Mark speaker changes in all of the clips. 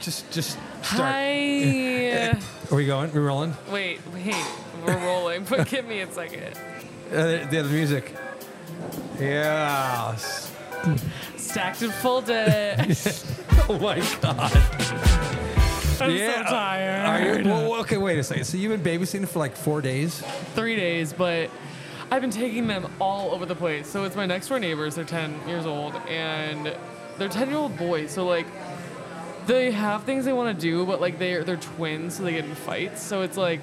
Speaker 1: Just, just start.
Speaker 2: Hi.
Speaker 1: Are we going? We rolling? Uh,
Speaker 2: wait, wait. We're rolling, but give me a second.
Speaker 1: Uh, the the other music. Yeah.
Speaker 2: Stacked and folded.
Speaker 1: Oh my God.
Speaker 2: I'm
Speaker 1: Yeah.
Speaker 2: so tired.
Speaker 1: Are you? Well, okay. Wait a second. So you've been babysitting for like four days?
Speaker 2: Three days, but I've been taking them all over the place. So it's my next door neighbors. They're 10 years old, and they're 10 year old boys. So like, they have things they want to do, but like they're they're twins, so they get in fights. So it's like,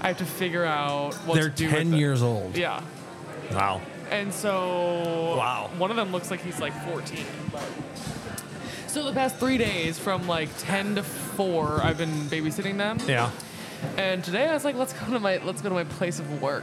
Speaker 2: I have to figure out what
Speaker 1: They're
Speaker 2: to do.
Speaker 1: ten
Speaker 2: with
Speaker 1: years old.
Speaker 2: Them. Yeah.
Speaker 1: Wow.
Speaker 2: And so
Speaker 1: Wow.
Speaker 2: one of them looks like he's like 14. But. So the past three days, from like 10 to 4, I've been babysitting them.
Speaker 1: Yeah.
Speaker 2: And today I was like, let's go to my let's go to my place of work.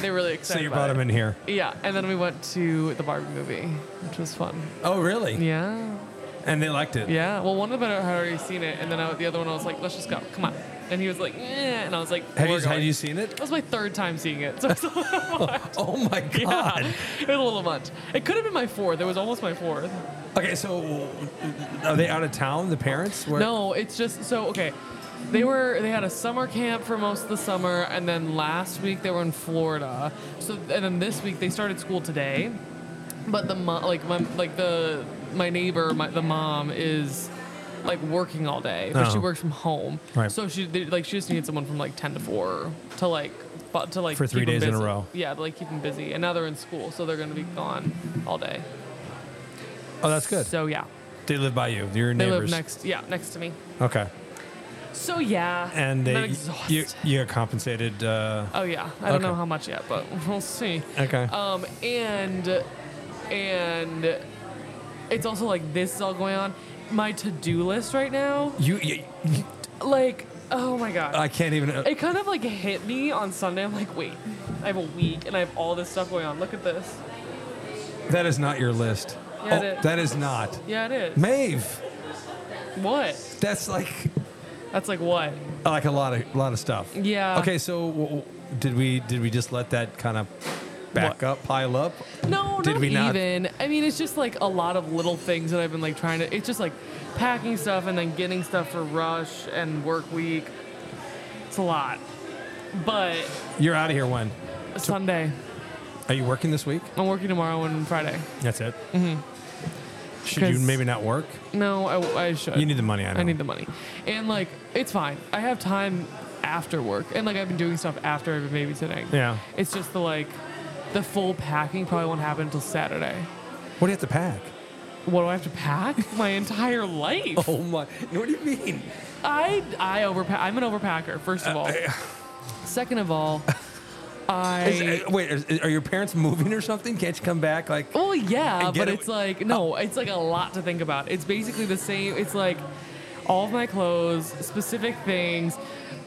Speaker 2: They were really
Speaker 1: So
Speaker 2: excited.
Speaker 1: you
Speaker 2: about
Speaker 1: brought
Speaker 2: it.
Speaker 1: him in here.
Speaker 2: Yeah, and then we went to the Barbie movie, which was fun.
Speaker 1: Oh, really?
Speaker 2: Yeah,
Speaker 1: And they liked it.
Speaker 2: yeah. Well, one of them had already seen it, and then I, the other one I was like, let's just go, come on. And he was like, yeah, and I was like,
Speaker 1: Have you,
Speaker 2: "We're
Speaker 1: have
Speaker 2: going."
Speaker 1: you seen it?
Speaker 2: That was my third time seeing it, so it's a little
Speaker 1: Oh my God.
Speaker 2: it was a little much. It could have been my fourth. It was almost my fourth.
Speaker 1: Okay, so are they out of town? The parents? Where,
Speaker 2: No, it's just so okay. They were they had a summer camp for most of the summer, and then last week they were in Florida. So and then this week they started school today, but the mom like my like the my neighbor my, the mom is like working all day, but she
Speaker 1: Oh.
Speaker 2: works from home.
Speaker 1: Right.
Speaker 2: So she they, like she just needed someone from like ten to four to like bu- to like
Speaker 1: For three
Speaker 2: keep 'em
Speaker 1: days in a
Speaker 2: busy.
Speaker 1: row.
Speaker 2: Yeah, to, like keep them busy. And now they're in school, so they're gonna be gone all day.
Speaker 1: Oh, that's good.
Speaker 2: So yeah,
Speaker 1: They live by you. Your
Speaker 2: they
Speaker 1: neighbors.
Speaker 2: live next yeah next to me.
Speaker 1: Okay,
Speaker 2: So yeah,
Speaker 1: and
Speaker 2: I'm
Speaker 1: they
Speaker 2: exhausted.
Speaker 1: you you got compensated. Uh,
Speaker 2: Oh yeah, I don't
Speaker 1: Okay.
Speaker 2: know how much yet, but we'll see.
Speaker 1: okay.
Speaker 2: Um, and and it's also like this is all going on. My to-do list right now,
Speaker 1: you, you, you-
Speaker 2: like oh my god,
Speaker 1: I can't even. uh,
Speaker 2: it kind of like hit me on Sunday. I'm like, wait, I have a week and I have all this stuff going on. Look at this.
Speaker 1: that is not your list.
Speaker 2: Yeah, it
Speaker 1: oh,
Speaker 2: is.
Speaker 1: that is not.
Speaker 2: Yeah, it is.
Speaker 1: Maeve,
Speaker 2: What?
Speaker 1: that's like
Speaker 2: That's like what?
Speaker 1: like a lot of lot of stuff.
Speaker 2: Yeah.
Speaker 1: Okay, so w- w- did we did we just let that kind of back
Speaker 2: What?
Speaker 1: up, pile up?
Speaker 2: No,
Speaker 1: Did
Speaker 2: not
Speaker 1: we not-
Speaker 2: even. I mean, it's just like a lot of little things that I've been like trying to. It's just like packing stuff and then getting stuff for rush and work week. It's a lot, but
Speaker 1: You're out of here. When
Speaker 2: Sunday
Speaker 1: are you working this week?
Speaker 2: I'm working tomorrow and Friday.
Speaker 1: That's it. Mm-hmm. Should you
Speaker 2: Because-
Speaker 1: maybe not work?
Speaker 2: No, I, I should.
Speaker 1: You need the money. I know.
Speaker 2: I need the money, and like it's fine. I have time after work, and like I've been doing stuff after I've been babysitting.
Speaker 1: Yeah.
Speaker 2: It's just the like, the full packing probably won't happen until Saturday.
Speaker 1: What do you have to pack?
Speaker 2: What do I have to pack? My entire life.
Speaker 1: Oh my! What do you mean?
Speaker 2: I I overpack. I'm an overpacker. First
Speaker 1: Uh,
Speaker 2: of all. Second of all, I.
Speaker 1: Is- uh, wait, is, are your parents moving or something? Can't you come back? Like,
Speaker 2: Oh yeah,
Speaker 1: get
Speaker 2: but
Speaker 1: it-
Speaker 2: it's like no, it's like a lot to think about. It's basically the same. It's like all of my clothes, specific things,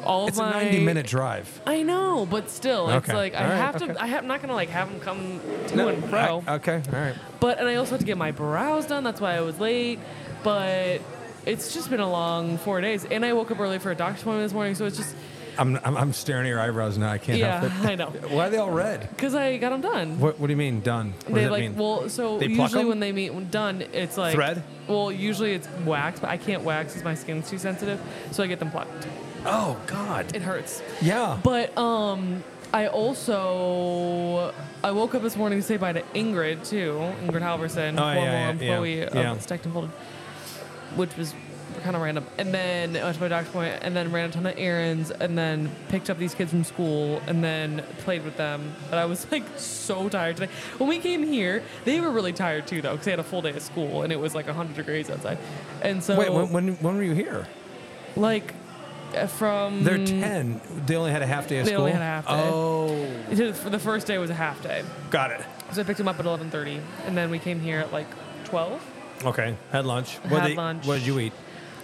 Speaker 2: all of
Speaker 1: it's
Speaker 2: my.
Speaker 1: a 90 minute drive.
Speaker 2: I know, but still, it's
Speaker 1: Okay.
Speaker 2: like I
Speaker 1: All right,
Speaker 2: have
Speaker 1: okay.
Speaker 2: to. I have, I'm not gonna like have them come to and fro.
Speaker 1: I- okay, all right.
Speaker 2: But and I also had to get my brows done. That's why I was late. But it's just been a long four days, and I woke up early for a doctor's appointment this morning. So it's just
Speaker 1: I'm, I'm, I'm staring at your eyebrows now. I can't
Speaker 2: yeah,
Speaker 1: help
Speaker 2: I know.
Speaker 1: it. Why are they all red?
Speaker 2: Because I got them done.
Speaker 1: What, what do you mean, done? What does
Speaker 2: they
Speaker 1: that
Speaker 2: like
Speaker 1: mean?
Speaker 2: well, so
Speaker 1: They pluck
Speaker 2: usually
Speaker 1: 'em?
Speaker 2: when they meet when done, it's like
Speaker 1: Thread?
Speaker 2: Well, usually it's wax, but I can't wax because my skin's too sensitive, so I get them plucked.
Speaker 1: oh, God.
Speaker 2: It hurts.
Speaker 1: Yeah.
Speaker 2: But um, I also I woke up this morning to say bye to Ingrid too, Ingrid Halverson,
Speaker 1: Oh, yeah, yeah,
Speaker 2: former
Speaker 1: yeah,
Speaker 2: employee of
Speaker 1: yeah.
Speaker 2: Stacked and Folded, which was kind of random. And then I went to my doctor's appointment, and then ran a ton of errands, and then picked up these kids from school, and then played with them. But I was like so tired today. When we came here, they were really tired too, though, because they had a full day of school, and it was like 100 degrees outside. And so,
Speaker 1: wait, when, when, when were you here?
Speaker 2: like uh, from
Speaker 1: They're 10. They only had a half day of
Speaker 2: They
Speaker 1: school.
Speaker 2: only had a half day.
Speaker 1: Oh,
Speaker 2: to- the first day was a half day.
Speaker 1: got it.
Speaker 2: So I picked him up at 11:30, and then we came here at like 12.
Speaker 1: Okay, had lunch.
Speaker 2: Had
Speaker 1: they-
Speaker 2: lunch.
Speaker 1: What did you eat?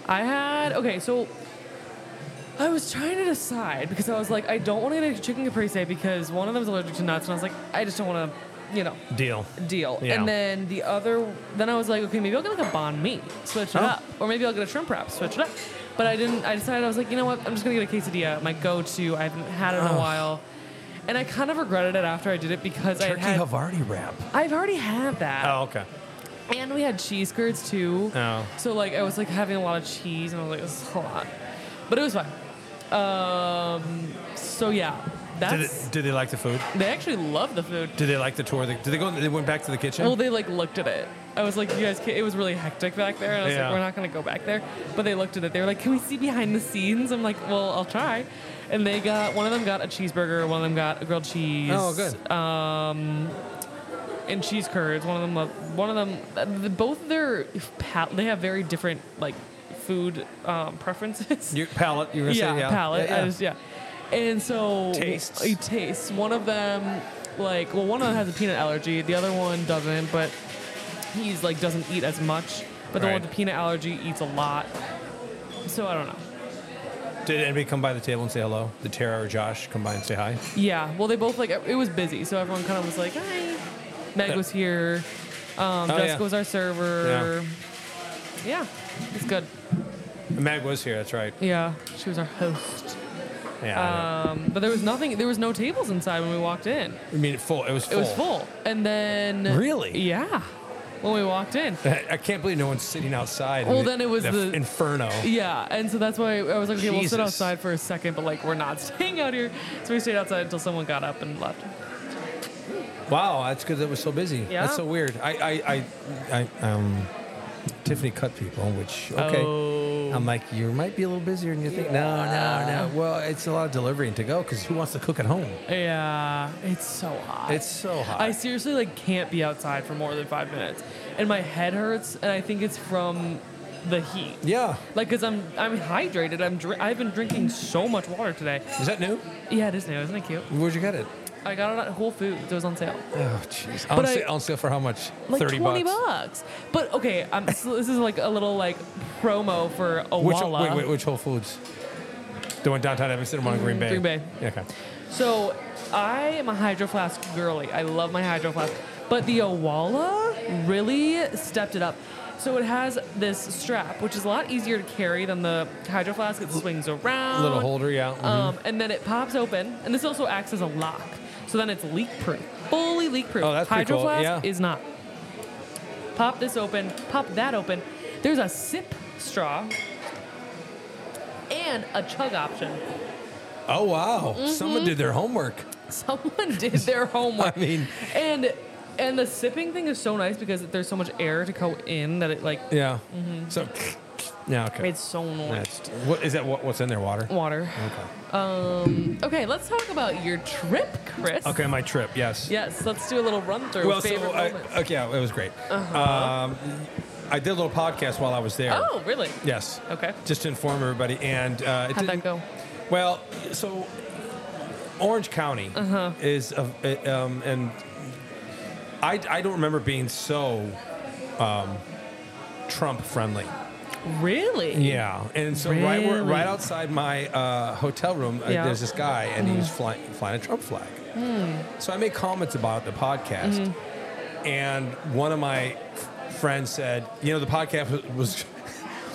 Speaker 2: I had okay, so I was trying to decide because I was like, I don't want to get a chicken caprese because one of them is allergic to nuts, and I was like, I just don't want to, you know,
Speaker 1: Deal.
Speaker 2: deal.
Speaker 1: Yeah.
Speaker 2: And then the other, then I was like, okay, maybe I'll get like a banh mi, switch it
Speaker 1: Oh.
Speaker 2: up, or maybe I'll get a shrimp wrap, switch it up. But I didn't. I decided I was like, you know what? I'm just gonna get a quesadilla, my go-to. I haven't had it in
Speaker 1: Ugh.
Speaker 2: a while, and I kind of regretted it after I did it because I
Speaker 1: Turkey
Speaker 2: had.
Speaker 1: Havarti wrap.
Speaker 2: I've already had that.
Speaker 1: Oh, okay.
Speaker 2: And we had cheese curds too.
Speaker 1: Oh.
Speaker 2: So like I was like having a lot of cheese and I was like, this is a lot. But it was fine. Um so yeah.
Speaker 1: Did,
Speaker 2: That's
Speaker 1: it, did they like the food?
Speaker 2: they actually love the food.
Speaker 1: Did they like the tour? Did they go? They went back to the kitchen.
Speaker 2: Well, they like looked at it. I was like, you guys, can-" it was really hectic back there, and I was
Speaker 1: Yeah.
Speaker 2: like, we're not gonna go back there. But they looked at it. They were like, can we see behind the scenes? I'm like, well, I'll try. And they got one of them got a cheeseburger, one of them got a grilled cheese. uh,
Speaker 1: oh, good.
Speaker 2: and cheese curds. One of them, loved, one of them, uh, the, both their palate, they have very different like food um, preferences.
Speaker 1: Your palate. You were gonna
Speaker 2: yeah,
Speaker 1: say yeah.
Speaker 2: palate.
Speaker 1: Yeah,
Speaker 2: I
Speaker 1: yeah.
Speaker 2: just- yeah. And so
Speaker 1: Tastes.
Speaker 2: uh, tastes. One of them, like, well, one of them has a peanut allergy. The other one doesn't, but he's like doesn't eat as much. But the one
Speaker 1: Right.
Speaker 2: with the peanut allergy eats a lot. So I don't know.
Speaker 1: Did anybody come by the table and say hello? Did Tara or Josh come by and say hi?
Speaker 2: Yeah. Well, they both like it was busy, so everyone kind of was like, hi. Meg was here. Um,
Speaker 1: Oh, yeah.
Speaker 2: Jessica was our server. yeah, it's good.
Speaker 1: Mag was here. That's right.
Speaker 2: Yeah, she was our host.
Speaker 1: Yeah. I know.
Speaker 2: Um, but there was nothing. There was no tables inside when we walked in.
Speaker 1: I mean, full. It was
Speaker 2: It
Speaker 1: full.
Speaker 2: was full. And then
Speaker 1: Really?
Speaker 2: yeah, when we walked in,
Speaker 1: I can't believe no one's sitting outside. in
Speaker 2: Well,
Speaker 1: the-
Speaker 2: then it was the-
Speaker 1: inferno.
Speaker 2: yeah. And so that's why I was like, okay, we'll
Speaker 1: Jesus.
Speaker 2: sit outside for a second, but like we're not staying out here. So we stayed outside until someone got up and left.
Speaker 1: Wow, that's because it was so busy.
Speaker 2: Yeah.
Speaker 1: That's so weird. I, I, I, I um, Tiffany cut people, which okay.
Speaker 2: Oh.
Speaker 1: I'm like, you might be a little busier than you think. No, no, no. Well, it's a lot of delivery and to go because who wants to cook at home?
Speaker 2: Yeah, it's so hot.
Speaker 1: It's so hot.
Speaker 2: I seriously like can't be outside for more than five minutes, and my head hurts, and I think it's from the heat.
Speaker 1: yeah.
Speaker 2: Like, cause I'm I'm hydrated. I'm dr- I've been drinking so much water today.
Speaker 1: Is that new?
Speaker 2: Yeah, it is new. Isn't it cute?
Speaker 1: Where'd you get it?
Speaker 2: I got it at Whole Foods. It was on sale.
Speaker 1: Oh, jeez.
Speaker 2: But
Speaker 1: On,
Speaker 2: I-
Speaker 1: sa- on sale for how much?
Speaker 2: Like
Speaker 1: Thirty
Speaker 2: 20
Speaker 1: bucks.
Speaker 2: bucks. But okay, um, so this is like a little like promo for
Speaker 1: Which,
Speaker 2: Owala.
Speaker 1: wait, wait, which Whole Foods? The one downtown Evanston, one in Green Bay.
Speaker 2: Green Bay.
Speaker 1: Yeah, okay.
Speaker 2: So I am a Hydro Flask girly. I love my Hydro Flask. But the Owala really stepped it up. So it has this strap, which is a lot easier to carry than the Hydro Flask. It swings around.
Speaker 1: Little holder, yeah. mhm.
Speaker 2: Um, and then it pops open, and this also acts as a lock. So then it's leak proof, fully leak proof.
Speaker 1: Oh, that's pretty
Speaker 2: Hydro
Speaker 1: cool,
Speaker 2: Flask
Speaker 1: yeah.
Speaker 2: is not. Pop this open, pop that open. There's a sip straw and a chug option.
Speaker 1: oh wow!
Speaker 2: Mm-hmm.
Speaker 1: Someone did their homework.
Speaker 2: Someone did their homework.
Speaker 1: I mean-
Speaker 2: and and the sipping thing is so nice because there's so much air to go in that it like
Speaker 1: Yeah. So, yeah, okay.
Speaker 2: Mm-hmm. it's so annoying.
Speaker 1: That's, what is that? What, what's in there? Water.
Speaker 2: Water. Um, okay, let's talk about your trip, Chris.
Speaker 1: Okay, my trip. Yes.
Speaker 2: Yes, let's do a little run through.
Speaker 1: Well,
Speaker 2: favorite
Speaker 1: so I,
Speaker 2: moments.
Speaker 1: okay, yeah, it was great. Um, I did a little podcast while I was there.
Speaker 2: Oh, really?
Speaker 1: Yes.
Speaker 2: Okay.
Speaker 1: Just to inform everybody, and uh, it
Speaker 2: How'd that
Speaker 1: didn't-
Speaker 2: go?
Speaker 1: Well, so Orange County
Speaker 2: Uh-huh.
Speaker 1: is a, a- um, and I I don't remember being so um, Trump friendly.
Speaker 2: Really?
Speaker 1: Yeah, and so right where,
Speaker 2: Really?
Speaker 1: right outside my uh, hotel room, uh,
Speaker 2: Yeah. Mm-hmm. Hmm.
Speaker 1: there's this guy, and he was flying flying a Trump flag. So I made comments about the podcast,
Speaker 2: Mm-hmm.
Speaker 1: and one of my f- friends said, "You know, the podcast was." was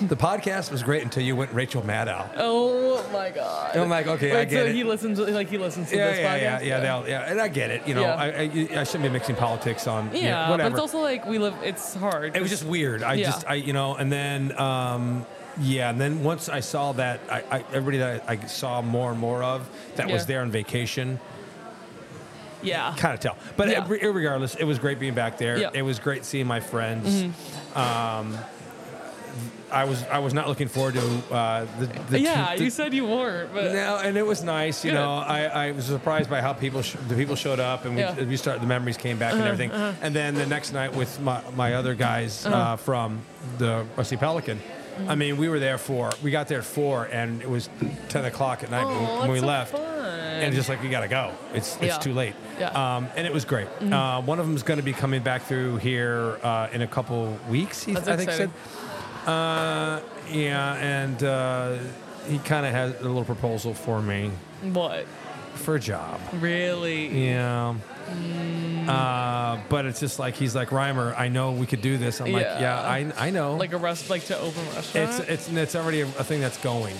Speaker 1: the podcast was great until you went Rachel Maddow.
Speaker 2: Oh my god.
Speaker 1: And I'm like, okay, I
Speaker 2: Like,
Speaker 1: get
Speaker 2: so
Speaker 1: it.
Speaker 2: he listens. Like he listens to
Speaker 1: yeah,
Speaker 2: this
Speaker 1: yeah,
Speaker 2: podcast.
Speaker 1: yeah, yeah, they'll- yeah, and I get it. You know,
Speaker 2: Yeah.
Speaker 1: I, I, I shouldn't be mixing politics on. you know,
Speaker 2: Yeah, but
Speaker 1: whatever.
Speaker 2: it's also like we live. It's hard.
Speaker 1: It was just weird. I
Speaker 2: Yeah.
Speaker 1: just, I, you know, and then, um, yeah, and then once I saw that, I, I everybody that I, I saw more and more of that was
Speaker 2: Yeah.
Speaker 1: there on vacation,
Speaker 2: yeah.
Speaker 1: kind of tell. But
Speaker 2: Yeah.
Speaker 1: re- regardless, it was great being back there.
Speaker 2: Yeah. Mm-hmm.
Speaker 1: It was great seeing my friends. Um, I was, I was not looking forward to uh, the, the
Speaker 2: yeah,
Speaker 1: the-
Speaker 2: you said you weren't, but
Speaker 1: no, and it was nice. You
Speaker 2: Good.
Speaker 1: know, I, I was surprised by how people sh- the people showed up, and we,
Speaker 2: Yeah. Uh-huh,
Speaker 1: we started the memories came back and everything. And then the next night with my, my other guys
Speaker 2: Uh-huh.
Speaker 1: uh from the Rusty Pelican.
Speaker 2: Mm-hmm.
Speaker 1: I mean, we were there for we got there at four, and it was ten o'clock at night when-
Speaker 2: Aw,
Speaker 1: when we
Speaker 2: that's
Speaker 1: left.
Speaker 2: so fun.
Speaker 1: And just like we gotta go, it's it's
Speaker 2: Yeah.
Speaker 1: too late.
Speaker 2: Yeah. Mm-hmm.
Speaker 1: Um, and it was great. Uh, one of them is going to be coming back through here uh, in a couple weeks. He,
Speaker 2: That's
Speaker 1: I think
Speaker 2: exciting.
Speaker 1: said. Uh, yeah, and uh, he kind of has a little proposal for me
Speaker 2: what?
Speaker 1: for a job.
Speaker 2: Really?
Speaker 1: Yeah.
Speaker 2: Mm.
Speaker 1: Uh, but it's just like he's like Reimer. I know we could do this. I'm like,
Speaker 2: Yeah.
Speaker 1: yeah, I, I know.
Speaker 2: Like a rest, like to open restaurant.
Speaker 1: it's it's it's already a, a thing that's going.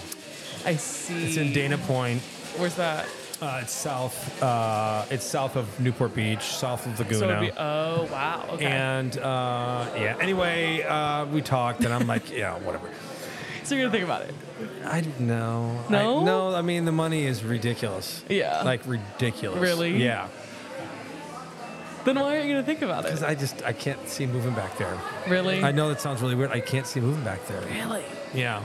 Speaker 2: I see.
Speaker 1: It's in Dana Point.
Speaker 2: Where's that?
Speaker 1: Uh, it's south. Uh, it's south of Newport Beach, south of Laguna.
Speaker 2: So it'd be, oh, wow. Okay.
Speaker 1: And uh, yeah. Anyway, uh, we talked, and I'm like, yeah, whatever.
Speaker 2: so you're going to think about it.
Speaker 1: I no.
Speaker 2: No?
Speaker 1: I, no. I mean, the money is ridiculous.
Speaker 2: Yeah.
Speaker 1: Like ridiculous.
Speaker 2: Really?
Speaker 1: Yeah.
Speaker 2: Then why aren't you going to think about it?
Speaker 1: Because I just I can't see moving back there.
Speaker 2: really?
Speaker 1: I know that sounds really weird. I can't see moving back there.
Speaker 2: Really?
Speaker 1: Yeah.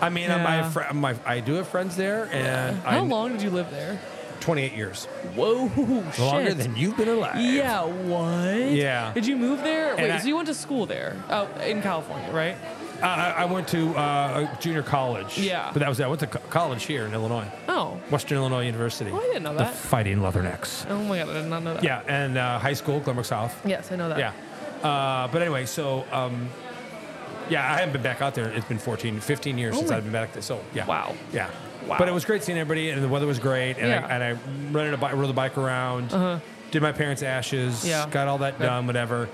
Speaker 1: I mean, I- my,
Speaker 2: Yeah.
Speaker 1: fr- my I do have friends there, and
Speaker 2: How
Speaker 1: I'm
Speaker 2: long did you live there?
Speaker 1: 28 years
Speaker 2: Whoa,
Speaker 1: longer
Speaker 2: shit.
Speaker 1: than you've been alive.
Speaker 2: Yeah, what?
Speaker 1: Yeah.
Speaker 2: Did you move there? Wait,
Speaker 1: I-
Speaker 2: so you went to school there? Oh, in California, right?
Speaker 1: I, I I went to uh, junior college.
Speaker 2: Yeah.
Speaker 1: but that was I went to co- college here in Illinois,
Speaker 2: Oh.
Speaker 1: Western Illinois University.
Speaker 2: Oh, I didn't know
Speaker 1: The
Speaker 2: that.
Speaker 1: Fighting Leathernecks.
Speaker 2: Oh my god, I did not know that.
Speaker 1: Yeah, and uh, high school Glenbrook South.
Speaker 2: Yes, I know that.
Speaker 1: Yeah. Uh, but anyway, so um, yeah, I haven't been back out there. It's been 14, 15 years
Speaker 2: Oh
Speaker 1: since
Speaker 2: my-
Speaker 1: I've been back there. So yeah.
Speaker 2: Wow.
Speaker 1: Yeah.
Speaker 2: Wow.
Speaker 1: But it was great seeing everybody, and the weather was great, and,
Speaker 2: Yeah. Uh-huh.
Speaker 1: I, and I rented a bike, rode the bike around, did my parents' ashes,
Speaker 2: Yeah.
Speaker 1: got all that
Speaker 2: Yeah.
Speaker 1: done, whatever.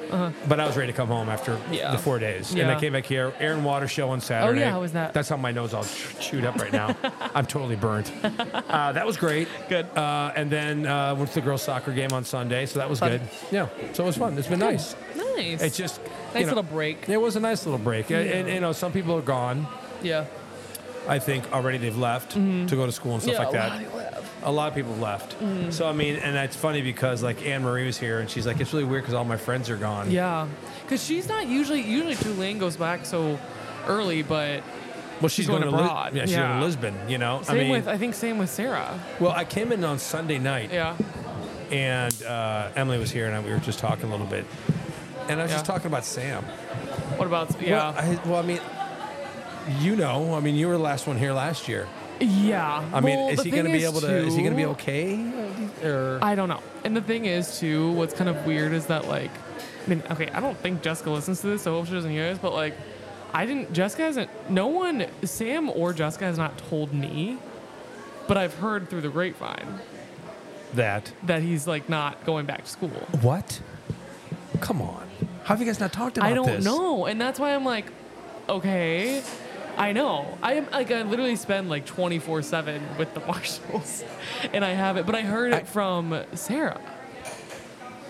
Speaker 1: But I was ready to come home after
Speaker 2: Yeah.
Speaker 1: the four days, and
Speaker 2: Yeah. Oh,
Speaker 1: I came back here. Aaron Water show on Saturday.
Speaker 2: how was that?
Speaker 1: That's how my nose all ch- chewed up right now. I'm totally burnt. Uh, that was great.
Speaker 2: Good.
Speaker 1: Uh, and then uh, went to the girls' soccer game on Sunday, so that was
Speaker 2: Fun.
Speaker 1: good. Yeah, so it was fun. It's been nice.
Speaker 2: Nice.
Speaker 1: It's just you
Speaker 2: nice
Speaker 1: know,
Speaker 2: little break.
Speaker 1: It was a nice little break, And- and you know, some people are gone.
Speaker 2: Yeah.
Speaker 1: I think already they've left to go to school and stuff
Speaker 2: Mm-hmm. yeah,
Speaker 1: like that.
Speaker 2: wow, you live.
Speaker 1: A lot of people have left.
Speaker 2: Mm-hmm.
Speaker 1: So I mean, and it's funny because like Anne Marie was here, and she's like, "It's really weird because all my friends are gone."
Speaker 2: Yeah. Cause she's not usually usually Tulane goes back so early, but
Speaker 1: well, she's,
Speaker 2: going
Speaker 1: going, to Lis-
Speaker 2: abroad.
Speaker 1: yeah, she's going
Speaker 2: Yeah.
Speaker 1: to Lisbon. You know,
Speaker 2: same
Speaker 1: I mean,
Speaker 2: with I think same with Sarah.
Speaker 1: well, I came in on Sunday night,
Speaker 2: Yeah.
Speaker 1: and uh, Emily was here, and I, we were just talking a little bit, and I was just
Speaker 2: Yeah.
Speaker 1: talking about Sam.
Speaker 2: What about yeah.
Speaker 1: Well, I, well, I mean, you know, I mean, you were the last one here last year.
Speaker 2: yeah.
Speaker 1: I mean,
Speaker 2: Well,
Speaker 1: is
Speaker 2: the
Speaker 1: he going to
Speaker 2: thing
Speaker 1: be able to? Is he going to be
Speaker 2: too- uh,
Speaker 1: okay? Or
Speaker 2: I don't know. And the thing is, too, what's kind of weird is that, like, I mean, okay, I don't think Jessica listens to this, so I hope she doesn't hear this, but, like, I didn't, Jessica hasn't, no one, Sam or Jessica has not told me, but I've heard through the grapevine
Speaker 1: that
Speaker 2: that he's, like, not going back to school.
Speaker 1: what? Come on, how have you guys not talked about
Speaker 2: I don't
Speaker 1: this?
Speaker 2: know. And that's why I'm like, okay. I know. I am like I literally spend like 24/7 with the Marshalls and I have it, but I heard it
Speaker 1: I-
Speaker 2: from Sarah.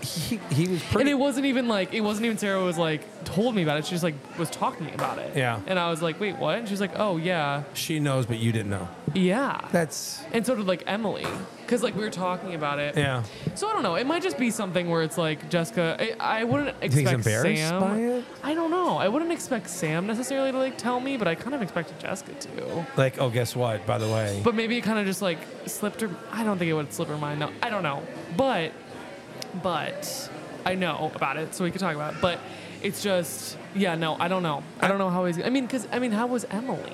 Speaker 1: He, he was
Speaker 2: And
Speaker 1: pretty.
Speaker 2: it wasn't even like it wasn't even Sarah was like told me about it. She just like was talking about it.
Speaker 1: Yeah.
Speaker 2: And I was like, wait, what? And she's like, oh yeah,
Speaker 1: she knows, but you didn't know.
Speaker 2: yeah.
Speaker 1: That's
Speaker 2: and so did like Emily, because like we were talking about it.
Speaker 1: yeah.
Speaker 2: So I don't know. It might just be something where it's like Jessica. I, I wouldn't expect
Speaker 1: he's embarrassed
Speaker 2: Sam.
Speaker 1: by it?
Speaker 2: I don't know. I wouldn't expect Sam necessarily to like tell me, but I kind of expected Jessica to.
Speaker 1: Like oh, guess what? By the way,
Speaker 2: But maybe it kind of just like slipped her. I don't think it would slip her mind. No, I don't know. But, but I know about it, so we could talk about it. But it's just, yeah, no, I don't know. I don't know how he's. I mean, because I mean, how was Emily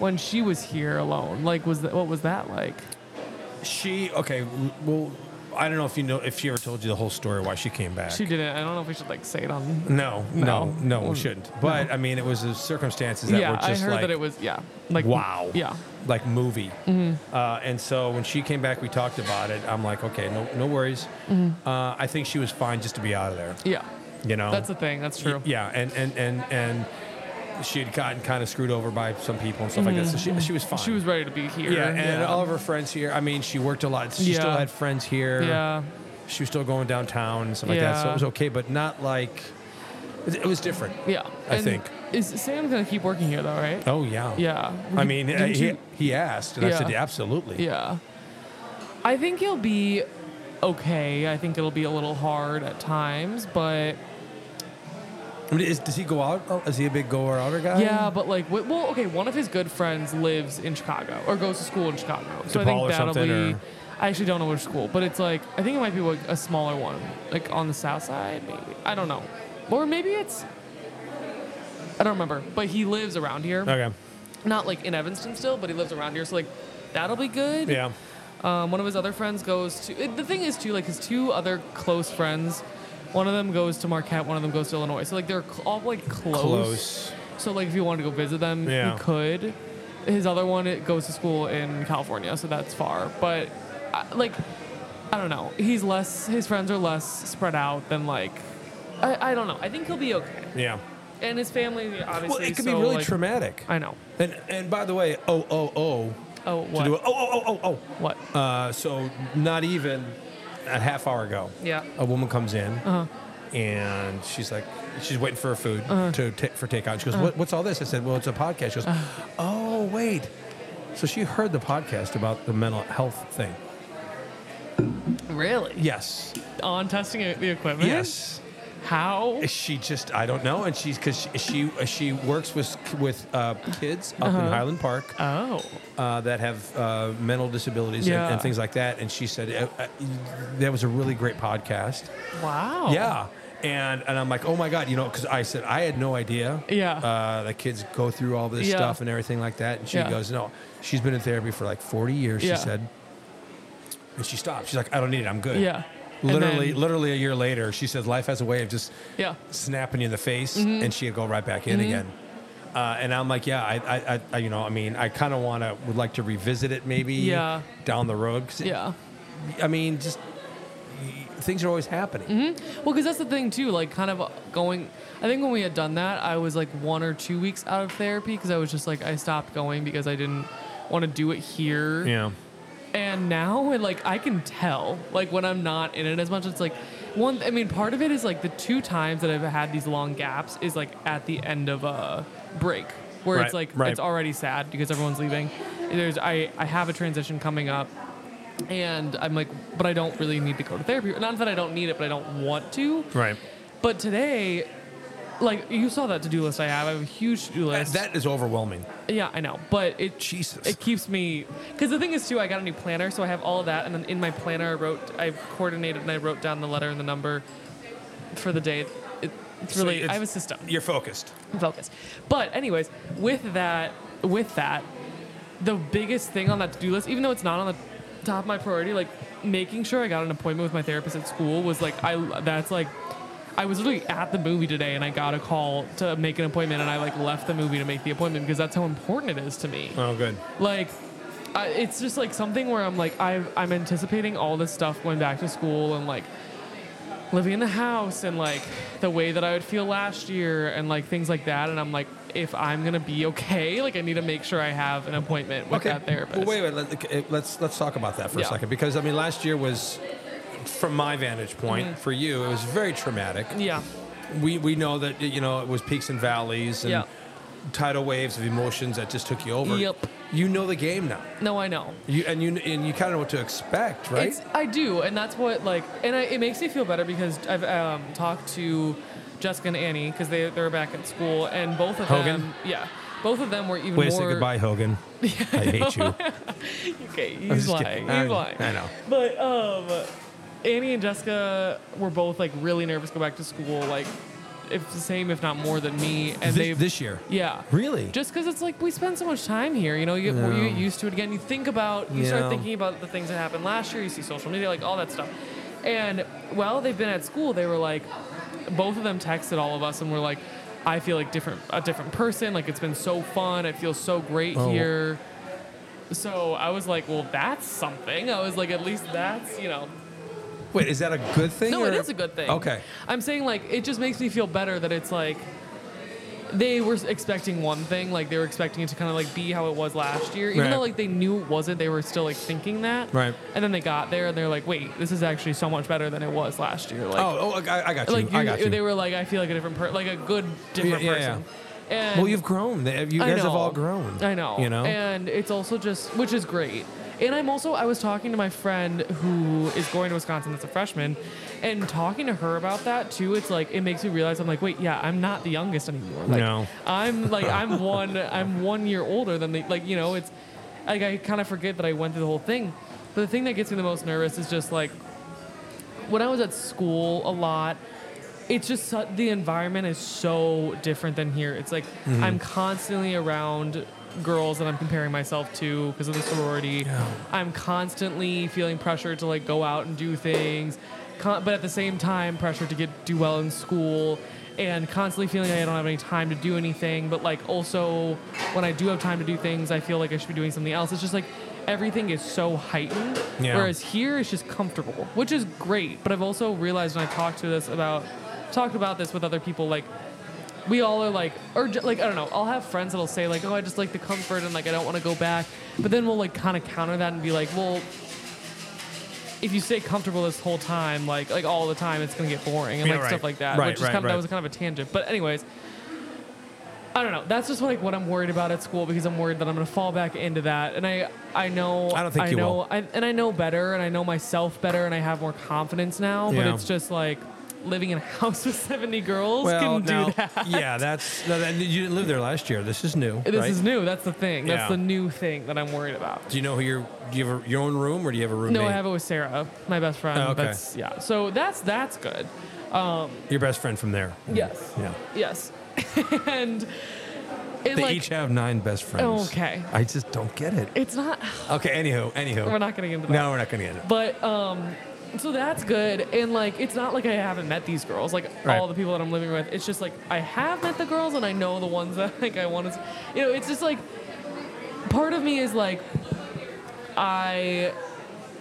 Speaker 2: when she was here alone? Like, was that what was that like?
Speaker 1: she okay. Well, I don't know if you know if she ever told you the whole story why she came back.
Speaker 2: She didn't. I don't know if we should like say it on.
Speaker 1: no, no,
Speaker 2: No.
Speaker 1: no, we shouldn't. But I mean, it was the circumstances that
Speaker 2: yeah,
Speaker 1: were
Speaker 2: I
Speaker 1: just
Speaker 2: heard
Speaker 1: like
Speaker 2: that it was. Yeah, like
Speaker 1: wow.
Speaker 2: Yeah,
Speaker 1: Like movie. Uh, and so when she came back, we talked about it. I'm like, okay, no, no worries. Uh, I think she was fine just to be out of there.
Speaker 2: yeah.
Speaker 1: You know,
Speaker 2: That's the thing. That's true.
Speaker 1: yeah, and and and and she had gotten kind of screwed over by some people and stuff like that. So she, she was fine.
Speaker 2: Mm-hmm. She was ready to be here.
Speaker 1: yeah, and all of her friends here. I mean, she worked a lot. She still
Speaker 2: Yeah.
Speaker 1: had friends here.
Speaker 2: yeah.
Speaker 1: She was still going downtown and stuff like that. So
Speaker 2: Yeah.
Speaker 1: it was okay, but not like it it was different.
Speaker 2: Yeah.
Speaker 1: I think.
Speaker 2: Is Sam gonna keep working here though, right?
Speaker 1: Oh yeah.
Speaker 2: Yeah.
Speaker 1: I mean, uh,
Speaker 2: Didn't
Speaker 1: he,
Speaker 2: you-
Speaker 1: he asked, and I
Speaker 2: Yeah.
Speaker 1: said, yeah, absolutely.
Speaker 2: yeah. I think he'll be okay. I think it'll be a little hard at times, but
Speaker 1: I mean, is, does he go out? Oh, is he a big goer outer guy?
Speaker 2: yeah, but like, wh- well, okay, one of his good friends lives in Chicago or goes to school in Chicago. So I
Speaker 1: DePaul
Speaker 2: think
Speaker 1: or
Speaker 2: that'll
Speaker 1: something,
Speaker 2: be.
Speaker 1: or-
Speaker 2: I actually don't know which school, but it's like, I think it might be like a smaller one, like on the south side, maybe. I don't know. Or maybe it's. I don't remember, but he lives around here.
Speaker 1: Okay.
Speaker 2: Not like in Evanston still, but he lives around here. So, like, that'll be good.
Speaker 1: Yeah.
Speaker 2: Um, one of his other friends goes to. It, the thing is, too, like his two other close friends, one of them goes to Marquette, one of them goes to Illinois. So like they're cl- all like close.
Speaker 1: Close.
Speaker 2: So like if you wanted to go visit them,
Speaker 1: Yeah.
Speaker 2: you could. His other one it goes to school in California, so that's far. But I, like, I don't know. He's less. His friends are less spread out than like. I, I don't know. I think he'll be okay.
Speaker 1: Yeah.
Speaker 2: And his family, obviously.
Speaker 1: Well, it could
Speaker 2: so,
Speaker 1: be really
Speaker 2: like,
Speaker 1: traumatic.
Speaker 2: I know.
Speaker 1: And and by the way, oh oh oh
Speaker 2: Oh,
Speaker 1: to
Speaker 2: what?
Speaker 1: do it. Oh, oh, oh, oh, oh.
Speaker 2: What?
Speaker 1: Uh, so not even a half hour ago,
Speaker 2: Yeah. Uh-huh.
Speaker 1: a woman comes in and she's like, she's waiting for her food
Speaker 2: Uh-huh.
Speaker 1: to ta- for takeout. She goes, what, "What's all this?" I said, "Well, it's a podcast." She goes,
Speaker 2: Uh-huh.
Speaker 1: "Oh, wait." So she heard the podcast about the mental health thing.
Speaker 2: Really?
Speaker 1: Yes,
Speaker 2: On testing it- the equipment?
Speaker 1: yes.
Speaker 2: How?
Speaker 1: She just I don't know, and she's because she, she she works with with uh, kids up
Speaker 2: Uh-huh.
Speaker 1: in Highland Park.
Speaker 2: Oh.
Speaker 1: uh, that have uh, mental disabilities
Speaker 2: Yeah.
Speaker 1: and, and things like that. And she said uh, uh, that was a really great podcast.
Speaker 2: Wow.
Speaker 1: Yeah. And, and I'm like, oh my God, you know, because I said I had no idea.
Speaker 2: Yeah.
Speaker 1: Uh, that kids go through all this
Speaker 2: Yeah.
Speaker 1: stuff and everything like that. And she
Speaker 2: Yeah.
Speaker 1: goes, no, she's been in therapy for like 40 years,
Speaker 2: Yeah.
Speaker 1: she said. And she stopped. She's like, I don't need it. I'm good.
Speaker 2: Yeah. And
Speaker 1: Literally,
Speaker 2: then-
Speaker 1: literally a year later, she said life has a way of just
Speaker 2: Yeah.
Speaker 1: snapping you in the face,
Speaker 2: Mm-hmm.
Speaker 1: and she'd go right back in again. Uh, and I'm like, yeah, I, I, I, I you know, I mean, I kind of want to, would like to revisit it maybe
Speaker 2: Yeah.
Speaker 1: down the road. 'cause it-
Speaker 2: Yeah.
Speaker 1: I mean, just things are always happening.
Speaker 2: Well, because that's the thing too. Like, kind of going. I think when we had done that, I was like one or two weeks out of therapy because I was just like I stopped going because I didn't want to do it here.
Speaker 1: Yeah.
Speaker 2: And now, it, like, I can tell, like, when I'm not in it as much, it's like, one, I mean, part of it is like the two times that I've had these long gaps is like at the end of a break where it's
Speaker 1: Right,
Speaker 2: like,
Speaker 1: right.
Speaker 2: it's already sad because everyone's leaving. There's, I, I have a transition coming up and I'm like, but I don't really need to go to therapy. Not that I don't need it, but I don't want to.
Speaker 1: Right.
Speaker 2: But today, like, you saw that to do list I have. I have a huge to do list.
Speaker 1: Uh, That is overwhelming.
Speaker 2: Yeah, I know, but it
Speaker 1: Jesus.
Speaker 2: it keeps me because the thing is too. I got a new planner, so I have all of that, and then in my planner, I wrote, I coordinated, and I wrote down the letter and the number for the day. It, it's really, I have a system
Speaker 1: You're focused.
Speaker 2: focus. But anyways, with that, with that, the biggest thing on that to-do list, even though it's not on the top of my priority, like making sure I got an appointment with my therapist at school was like I that's like I was literally at the movie today and I got a call to make an appointment and I like left the movie to make the appointment because that's how important it is to me
Speaker 1: Oh, good.
Speaker 2: like I, it's just like something where i'm like I've, i'm anticipating all this stuff going back to school and like living in the house and like the way that i would feel last year and like things like that and i'm like if i'm gonna be okay like i need to make sure i have an appointment with that therapist
Speaker 1: Well, wait, wait. Let, okay, let's let's talk about that for a
Speaker 2: Yeah.
Speaker 1: second because I mean, last year was, from my vantage point,
Speaker 2: Mm-hmm.
Speaker 1: for you, it was very traumatic.
Speaker 2: yeah
Speaker 1: We we know that you know it was peaks and valleys and
Speaker 2: Yeah.
Speaker 1: tidal waves of emotions that just took you over.
Speaker 2: Yep.
Speaker 1: You know the game now.
Speaker 2: no i know
Speaker 1: You and you and you kind of know what to expect, right?
Speaker 2: It's, I do, and that's what like, and I, it makes me feel better because I've um, talked to Jessica and Annie because they they're back at school, and both of
Speaker 1: Hogan?
Speaker 2: them, yeah, both of them were even
Speaker 1: Way to
Speaker 2: more.
Speaker 1: say goodbye, Hogan. I hate you.
Speaker 2: Okay,
Speaker 1: I'm
Speaker 2: he's
Speaker 1: just
Speaker 2: lying.
Speaker 1: kidding.
Speaker 2: He's
Speaker 1: I-
Speaker 2: lying.
Speaker 1: I know.
Speaker 2: But um, Annie and Jessica were both like really nervous to go back to school, like if the same, if not more than me,
Speaker 1: This-
Speaker 2: and they've
Speaker 1: this year?
Speaker 2: yeah,
Speaker 1: Really?
Speaker 2: just because it's like we spend so much time here, you know, you get,
Speaker 1: Yeah.
Speaker 2: you get used to it again. You think about, you
Speaker 1: Yeah.
Speaker 2: start thinking about the things that happened last year. You see social media, like all that stuff. And while they've been at school, they were like, both of them texted all of us and were like, I feel like different, a different person. Like it's been so fun. It feels so great
Speaker 1: Oh.
Speaker 2: here. So I was like, well, that's something. I was like, at least that's, you know,
Speaker 1: Wait, is that a good thing?
Speaker 2: no, it
Speaker 1: or-
Speaker 2: is a good thing.
Speaker 1: Okay.
Speaker 2: I'm saying like it just makes me feel better that it's like they were expecting one thing, like they were expecting it to kind of like be how it was last year, even
Speaker 1: Right.
Speaker 2: though like they knew it wasn't. They were still like thinking that.
Speaker 1: Right.
Speaker 2: And then they got there and they're like, wait, this is actually so much better than it was last year. Like,
Speaker 1: Oh, oh, I, I got you.
Speaker 2: like
Speaker 1: I got you.
Speaker 2: they were like, I feel like a different person, like a good different
Speaker 1: Yeah, yeah, yeah.
Speaker 2: person. And
Speaker 1: well, you've grown. They- You
Speaker 2: I
Speaker 1: guys have all
Speaker 2: know.
Speaker 1: grown.
Speaker 2: I know.
Speaker 1: You know.
Speaker 2: And it's also just, which is great. And I'm also, I was talking to my friend who is going to Wisconsin that's a freshman, and talking to her about that too. It's like, it makes me realize I'm like, wait, yeah, I'm not the youngest anymore. Like,
Speaker 1: No.
Speaker 2: I'm like, I'm one, I'm one year older than the, like, you know, it's like, I kind of forget that I went through the whole thing. But the thing that gets me the most nervous is just like, when I was at school a lot, it's just so, the environment is so different than here. It's like I'm constantly around girls that I'm comparing myself to because of the sorority. I'm constantly feeling pressure to like go out and do things, con- but at the same time, pressure to get do well in school. And constantly feeling like I don't have any time to do anything, but like also when I do have time to do things, I feel like I should be doing something else. It's just like everything is so heightened.
Speaker 1: Yeah.
Speaker 2: Whereas here it's just comfortable, which is great. But I've also realized when I talked to this about talked about this with other people, like we all are like, or ju- like I don't know. I'll have friends that'll say like, "Oh, I just like the comfort and like I don't want to go back," but then we'll like kind of counter that and be like, "Well, if you stay comfortable this whole time, like like all the time, it's gonna get boring and
Speaker 1: Yeah,
Speaker 2: like
Speaker 1: right.
Speaker 2: stuff like that."
Speaker 1: Right,
Speaker 2: which is
Speaker 1: right,
Speaker 2: kind of,
Speaker 1: right.
Speaker 2: that was kind of a tangent, but anyways. I don't know. That's just like what I'm worried about at school because I'm worried that I'm going to fall back into that. And I, I know,
Speaker 1: I don't think you
Speaker 2: know,
Speaker 1: will.
Speaker 2: I, and I know better, and I know myself better, and I have more confidence now.
Speaker 1: Yeah.
Speaker 2: But it's just like living in a house with 70 girls
Speaker 1: Well,
Speaker 2: can do
Speaker 1: now,
Speaker 2: that.
Speaker 1: yeah, that's no, that, you didn't live there last year. This is new.
Speaker 2: This
Speaker 1: right?
Speaker 2: is new. That's the thing. That's
Speaker 1: Yeah.
Speaker 2: the new thing that I'm worried about.
Speaker 1: Do you know who your do you have a, your own room or do you have a roommate?
Speaker 2: No, I have it with Sarah, my best friend.
Speaker 1: Oh, okay.
Speaker 2: That's yeah. So that's that's good.
Speaker 1: your best friend from there.
Speaker 2: Yes.
Speaker 1: Yeah.
Speaker 2: Yes. and
Speaker 1: They
Speaker 2: it like
Speaker 1: each have nine best friends.
Speaker 2: Okay.
Speaker 1: I just don't get it.
Speaker 2: it's not.
Speaker 1: Okay. Anywho. Anywho.
Speaker 2: We're not getting into that.
Speaker 1: No, we're not gonna get it.
Speaker 2: But um, so that's good. And like, it's not like I haven't met these girls, like
Speaker 1: Right.
Speaker 2: all the people that I'm living with. It's just like I have met the girls, and I know the ones that like I want to. You know, it's just like part of me is like I.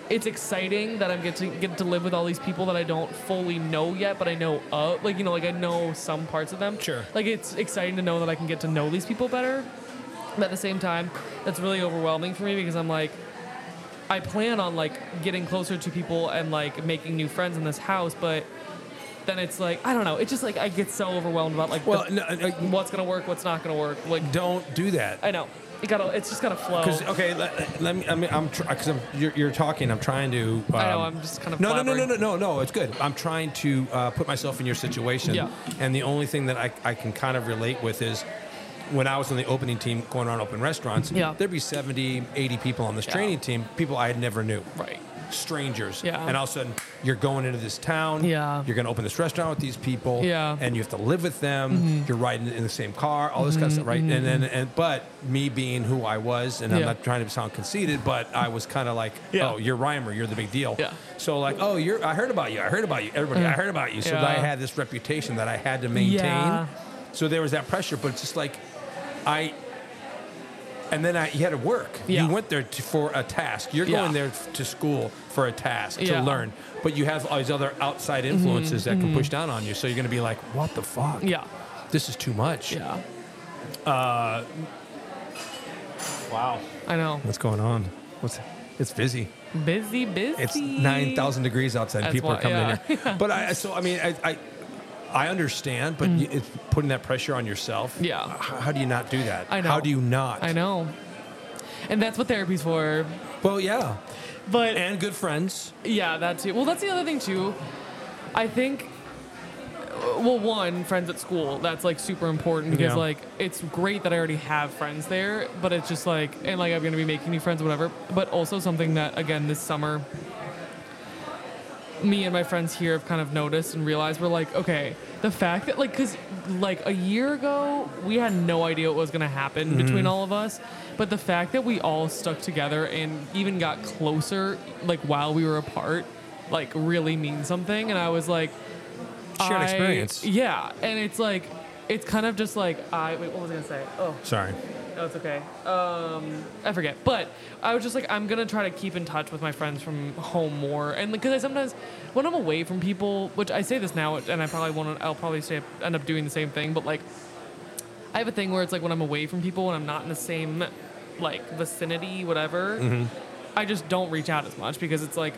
Speaker 2: It's exciting that I'm getting to get to live with all these people that I don't fully know yet, but I know of, like you know, like I know some parts of them.
Speaker 1: Sure.
Speaker 2: Like it's exciting to know that I can get to know these people better. But at the same time, that's really overwhelming for me because I'm like, I plan on like getting closer to people and like making new friends in this house, but then it's like I don't know. It's just like I get so overwhelmed about like
Speaker 1: Well,
Speaker 2: the-
Speaker 1: no, uh,
Speaker 2: what's gonna work, what's not gonna work. Like
Speaker 1: don't do that.
Speaker 2: I know it gotta, it's just gotta flow.
Speaker 1: Because okay, let, let me. I mean, I'm because I'm you're, you're talking. I'm trying to. Um,
Speaker 2: I know I'm just kind of
Speaker 1: no, no, no, no,
Speaker 2: blabbering.
Speaker 1: no, no, no. It's good. I'm trying to uh, put myself in your situation.
Speaker 2: Yeah.
Speaker 1: And the only thing that I, I can kind of relate with is when I was on the opening team going around open restaurants,
Speaker 2: Yeah.
Speaker 1: there'd be 70, 80 people on this
Speaker 2: Yeah.
Speaker 1: training team, people I had never knew,
Speaker 2: Right.
Speaker 1: strangers.
Speaker 2: Yeah.
Speaker 1: And all of a sudden, you're going into this town.
Speaker 2: Yeah.
Speaker 1: You're going to open this restaurant with these people.
Speaker 2: Yeah. Mm-hmm.
Speaker 1: And you have to live with them. You're riding in the same car, all this kind of stuff, right? And, and, and, but me being who I was, and I'm
Speaker 2: Yeah.
Speaker 1: not trying to sound conceited, but I was kind of like,
Speaker 2: Yeah.
Speaker 1: oh, you're Rhymer, you're the big deal.
Speaker 2: Yeah.
Speaker 1: So like, oh, you're. I heard about you. I heard about you. Everybody, I heard about you. So that I
Speaker 2: Yeah.
Speaker 1: had this reputation that I had to maintain.
Speaker 2: Yeah.
Speaker 1: So there was that pressure, but it's just like, I. And then I, you had to work.
Speaker 2: Yeah.
Speaker 1: You went there to, for a task. You're
Speaker 2: Yeah.
Speaker 1: going there to school for a task
Speaker 2: Yeah. Mm-hmm.
Speaker 1: to learn, but you have all these other outside influences that can push down on you. So you're going to be like, what the fuck?
Speaker 2: Yeah.
Speaker 1: This is too much.
Speaker 2: Yeah.
Speaker 1: Wow.
Speaker 2: I know.
Speaker 1: What's going on? What's it's busy.
Speaker 2: Busy, busy.
Speaker 1: It's nine thousand degrees outside. and
Speaker 2: That's
Speaker 1: People
Speaker 2: why-
Speaker 1: are coming in
Speaker 2: yeah.
Speaker 1: here. But I, so I mean, I, I, I understand, but you it's putting that pressure on yourself.
Speaker 2: Mm. Yeah.
Speaker 1: H- How, do you not do that?
Speaker 2: I know.
Speaker 1: How do you not?
Speaker 2: I know. And that's what therapy's for.
Speaker 1: Well, yeah,
Speaker 2: But
Speaker 1: and good friends.
Speaker 2: Yeah, that too. Well, that's the other thing too. I think. Well, one friends at school. That's like super important because
Speaker 1: Yeah.
Speaker 2: like it's great that I already have friends there, but it's just like and like I'm gonna be making new friends, or whatever. But also something that again this summer, me and my friends here have kind of noticed and realized we're like, okay, the fact that like because like a year ago we had no idea what was gonna happen
Speaker 1: Mm-hmm.
Speaker 2: between all of us, but the fact that we all stuck together and even got closer like while we were apart, like really means something. And I was like,
Speaker 1: Shared
Speaker 2: I-
Speaker 1: experience.
Speaker 2: yeah, and it's like. It's kind of just like I wait. What was I gonna say? Oh,
Speaker 1: Sorry.
Speaker 2: no, it's okay. Um, I forget. But I was just like, I'm gonna try to keep in touch with my friends from home more, and because I sometimes when I'm away from people, which I say this now, and I probably won't. I'll probably stay, end up doing the same thing, but like, I have a thing where it's like when I'm away from people, when I'm not in the same like vicinity, whatever. I just don't reach out as much because it's like,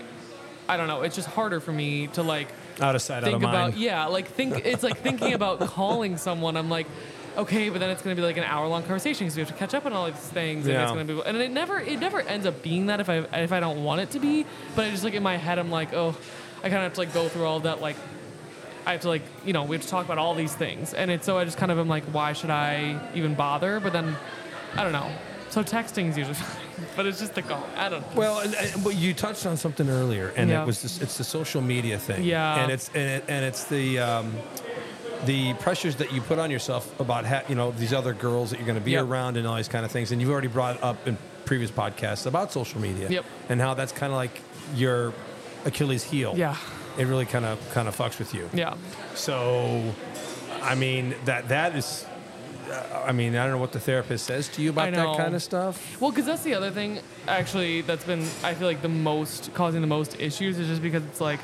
Speaker 2: I don't know. It's just harder for me to like
Speaker 1: Out of sight, out
Speaker 2: think
Speaker 1: of mind.
Speaker 2: about yeah like think it's like thinking about calling someone i'm like okay but then it's going to be like an hour long conversation because we have to catch up on all these things and
Speaker 1: Yeah.
Speaker 2: it's going to be and it never it never ends up being that if i if i don't want it to be but i just like in my head i'm like oh i kind of have to like go through all that like i have to like you know we have to talk about all these things and it's so i just kind of am like why should i even bother but then i don't know so texting is usually fine but it's just the call i don't know
Speaker 1: Well, and, and, but you touched on something earlier, and
Speaker 2: Yeah.
Speaker 1: it was this, it's the social media thing.
Speaker 2: Yeah.
Speaker 1: and it's and, it, and it's the um, the pressures that you put on yourself about ha- you know these other girls that you're going to be
Speaker 2: Yep.
Speaker 1: around and all these kind of things. And you've already brought up in previous podcasts about social media
Speaker 2: Yep.
Speaker 1: and how that's kind of like your Achilles heel.
Speaker 2: Yeah.
Speaker 1: it really kind of kind of fucks with you.
Speaker 2: yeah
Speaker 1: So, I mean that that is. uh, I mean, I don't know what the therapist says to you
Speaker 2: I
Speaker 1: about that
Speaker 2: know.
Speaker 1: kind of stuff.
Speaker 2: Well, because that's the other thing, actually, that's been, I feel like, the most causing the most issues is just because it's like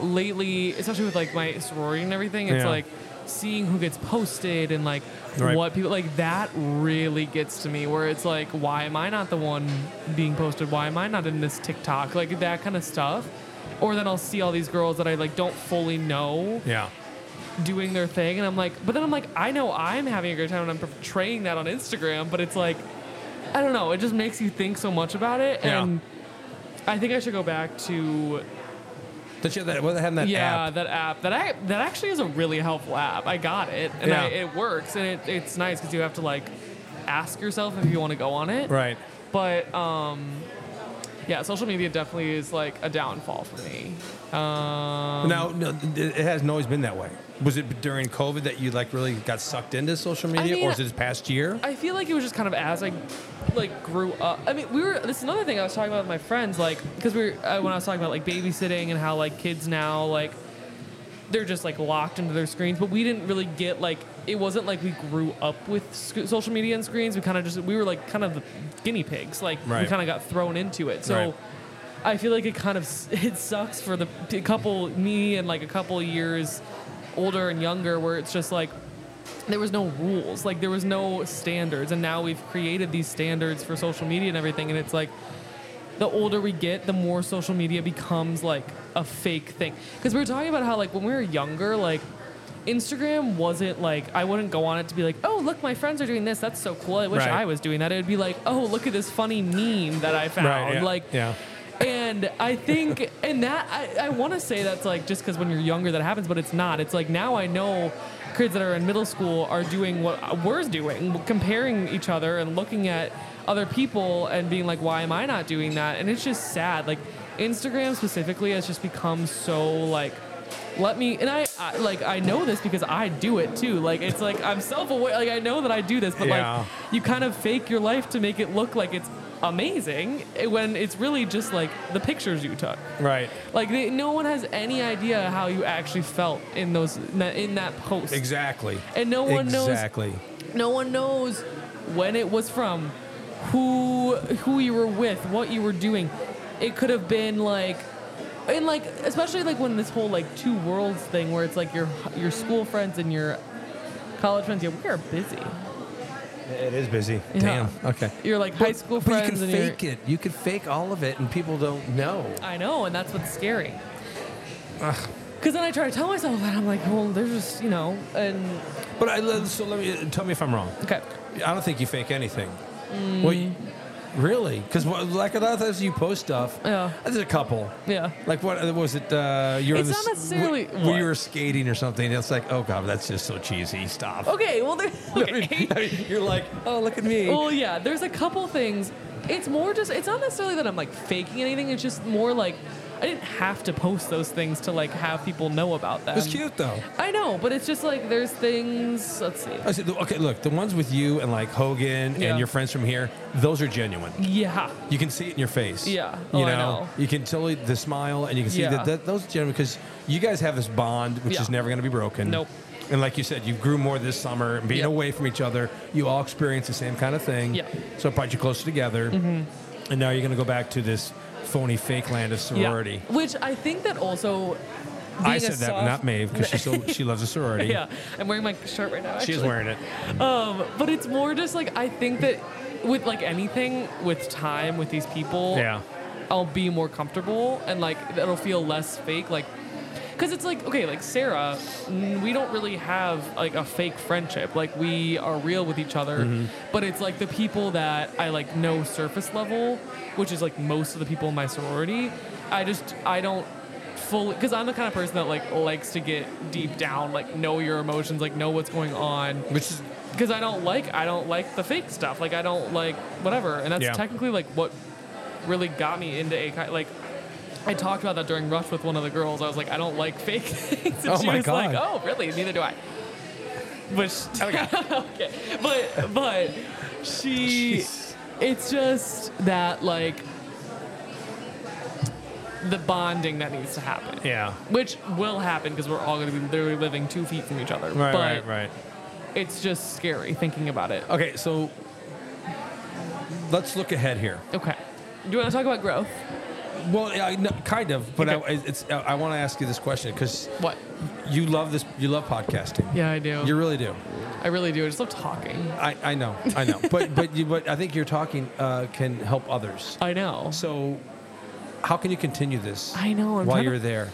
Speaker 2: lately, especially with like my sorority and everything, it's
Speaker 1: Yeah.
Speaker 2: like seeing who gets posted and like
Speaker 1: Right.
Speaker 2: what people like that really gets to me where it's like why am I not the one being posted? Why am I not in this TikTok? Like that kind of stuff. Or then I'll see all these girls that I like don't fully know
Speaker 1: Yeah.
Speaker 2: doing their thing and I'm like but then I'm like I know I'm having a great time and I'm portraying that on Instagram but it's like I don't know it just makes you think so much about it
Speaker 1: Yeah.
Speaker 2: and I think I should go back to
Speaker 1: Don't you have that? What having that
Speaker 2: yeah
Speaker 1: app?
Speaker 2: that app that I that actually is a really helpful app I got it and I,
Speaker 1: Yeah.
Speaker 2: it works and it, it's nice because you have to like ask yourself if you want to go on it
Speaker 1: Right.
Speaker 2: but um yeah social media definitely is like a downfall for me um
Speaker 1: now, no, th- it hasn't always been that way. Was it during COVID that you like really got sucked into social media,
Speaker 2: mean,
Speaker 1: or is it this past year?
Speaker 2: I feel like it was just kind of as I like grew up. I mean, we were. This is another thing I was talking about with my friends, like because we were uh, when I was talking about like babysitting and how like kids now like they're just like locked into their screens, but we didn't really get like it wasn't like we grew up with sc- social media and screens. We kind of just we were like kind of the guinea pigs, like we
Speaker 1: Right.
Speaker 2: kind of got thrown into it. So.
Speaker 1: Right.
Speaker 2: I feel like it kind of s- it sucks for the a couple me and like a couple years older and younger where it's just like there was no rules like there was no standards and now we've created these standards for social media and everything and it's like the older we get the more social media becomes like a fake thing because we were talking about how like when we were younger like instagram wasn't like i wouldn't go on it to be like oh look my friends are doing this that's so cool i wish
Speaker 1: Right.
Speaker 2: i was doing that it would be like oh look at this funny meme that i found
Speaker 1: Right. Yeah.
Speaker 2: like
Speaker 1: yeah.
Speaker 2: and I think, and that, I, I want to say that's like just because when you're younger that happens, but it's not. It's like now I know kids that are in middle school are doing what we're doing, comparing each other and looking at other people and being like, why am I not doing that? And it's just sad. Like, Instagram specifically has just become so like, let me and I, I like I know this because I do it too. Like it's like I'm self-aware. Like I know that I do this, but
Speaker 1: Yeah.
Speaker 2: like you kind of fake your life to make it look like it's amazing eh, when it's really just like the pictures you took.
Speaker 1: Right.
Speaker 2: Like they, no one has any idea how you actually felt in those in that post.
Speaker 1: Exactly.
Speaker 2: And no one knows-
Speaker 1: exactly.
Speaker 2: No one knows when it was from, who who you were with, what you were doing. It could have been like and like especially like when this whole like two worlds thing where it's like your your school friends and your college friends, yeah, we are busy.
Speaker 1: It is busy.
Speaker 2: Yeah.
Speaker 1: Damn. Okay.
Speaker 2: You're like high school friends
Speaker 1: but you
Speaker 2: and
Speaker 1: can
Speaker 2: you're-
Speaker 1: fake it. You can fake all of it, and people don't know.
Speaker 2: I know, and that's what's scary. Because then I try to tell myself that I'm like, well, there's just you know, and
Speaker 1: But I let- so let me uh, tell me if I'm wrong.
Speaker 2: okay,
Speaker 1: I don't think you fake anything.
Speaker 2: Mm.
Speaker 1: Well, you- really? Because like a lot of times you post stuff.
Speaker 2: Yeah.
Speaker 1: There's a couple.
Speaker 2: yeah,
Speaker 1: Like what what was it? Uh, you're
Speaker 2: It's
Speaker 1: in the,
Speaker 2: not necessarily-
Speaker 1: We,
Speaker 2: what?
Speaker 1: we were skating or something. It's like, oh god, that's just so cheesy. Stop.
Speaker 2: okay. Well, there, okay.
Speaker 1: I mean, you're like, oh look at me.
Speaker 2: well, yeah, there's a couple things. It's more just, it's not necessarily that I'm like faking anything. It's just more like I didn't have to post those things to like have people know about them.
Speaker 1: It was cute though.
Speaker 2: I know, but it's just like there's things. Let's see.
Speaker 1: I said, okay, look, the ones with you and like Hogan
Speaker 2: Yeah.
Speaker 1: and your friends from here, those are genuine.
Speaker 2: Yeah,
Speaker 1: You can see it in your face.
Speaker 2: Yeah.
Speaker 1: you
Speaker 2: Oh,
Speaker 1: know,
Speaker 2: I know.
Speaker 1: you can tell it- the smile, and you can see
Speaker 2: Yeah.
Speaker 1: that, that those are genuine because you guys have this bond which
Speaker 2: Yeah.
Speaker 1: is never going to be broken.
Speaker 2: Nope.
Speaker 1: And like you said, you grew more this summer, being
Speaker 2: Yep.
Speaker 1: away from each other. You all experienced the same kind of thing.
Speaker 2: Yeah. Mm-hmm.
Speaker 1: So it brought you closer together. And now you're going to go back to this phony fake land of sorority.
Speaker 2: yeah. Which I think that also.
Speaker 1: I
Speaker 2: being a
Speaker 1: said that,
Speaker 2: soft-
Speaker 1: not Maeve, because she still she loves a sorority.
Speaker 2: Yeah, I'm wearing my shirt right now.
Speaker 1: She is
Speaker 2: actually.
Speaker 1: wearing it.
Speaker 2: But it's more just like I think that with like anything, with time, with these people,
Speaker 1: Yeah.
Speaker 2: I'll be more comfortable and like it'll feel less fake. Like, because it's like okay, like Sarah, mm, we don't really have like a fake friendship. Like we are real with each other, but it's like the people that I like know surface level, which is like most of the people in my sorority. I just I don't fully because I'm the kind of person that like likes to get deep down, like know your emotions, like know what's going on
Speaker 1: Which is
Speaker 2: because I don't like I don't like the fake stuff. Like I don't like whatever, and that's
Speaker 1: Yeah.
Speaker 2: technically like what really got me into a like. I talked about that during Rush with one of the girls. I was like, I don't like fake things, and
Speaker 1: Oh
Speaker 2: she
Speaker 1: my
Speaker 2: was like,
Speaker 1: God.
Speaker 2: Oh, really? Neither do I. Which okay, okay, but but she,
Speaker 1: Oh, Jeez.
Speaker 2: it's just that like the bonding that needs to happen.
Speaker 1: yeah.
Speaker 2: Which will happen because we're all going to be literally living two feet from each other.
Speaker 1: Right,
Speaker 2: but
Speaker 1: right, right.
Speaker 2: it's just scary thinking about it.
Speaker 1: Okay, so let's look ahead here.
Speaker 2: Okay. Do you want to talk about growth?
Speaker 1: Well, yeah, I- no, kind of, but
Speaker 2: Okay.
Speaker 1: I, it's, I, want to ask you this question because
Speaker 2: What?
Speaker 1: you love this. You love podcasting.
Speaker 2: Yeah, I do.
Speaker 1: You really do.
Speaker 2: I really do. I just love talking.
Speaker 1: I, I know. I know. but but you, but I think your talking uh, can help others.
Speaker 2: I know.
Speaker 1: So, how can you continue this?
Speaker 2: I know, I'm
Speaker 1: while
Speaker 2: trying to-
Speaker 1: you're there,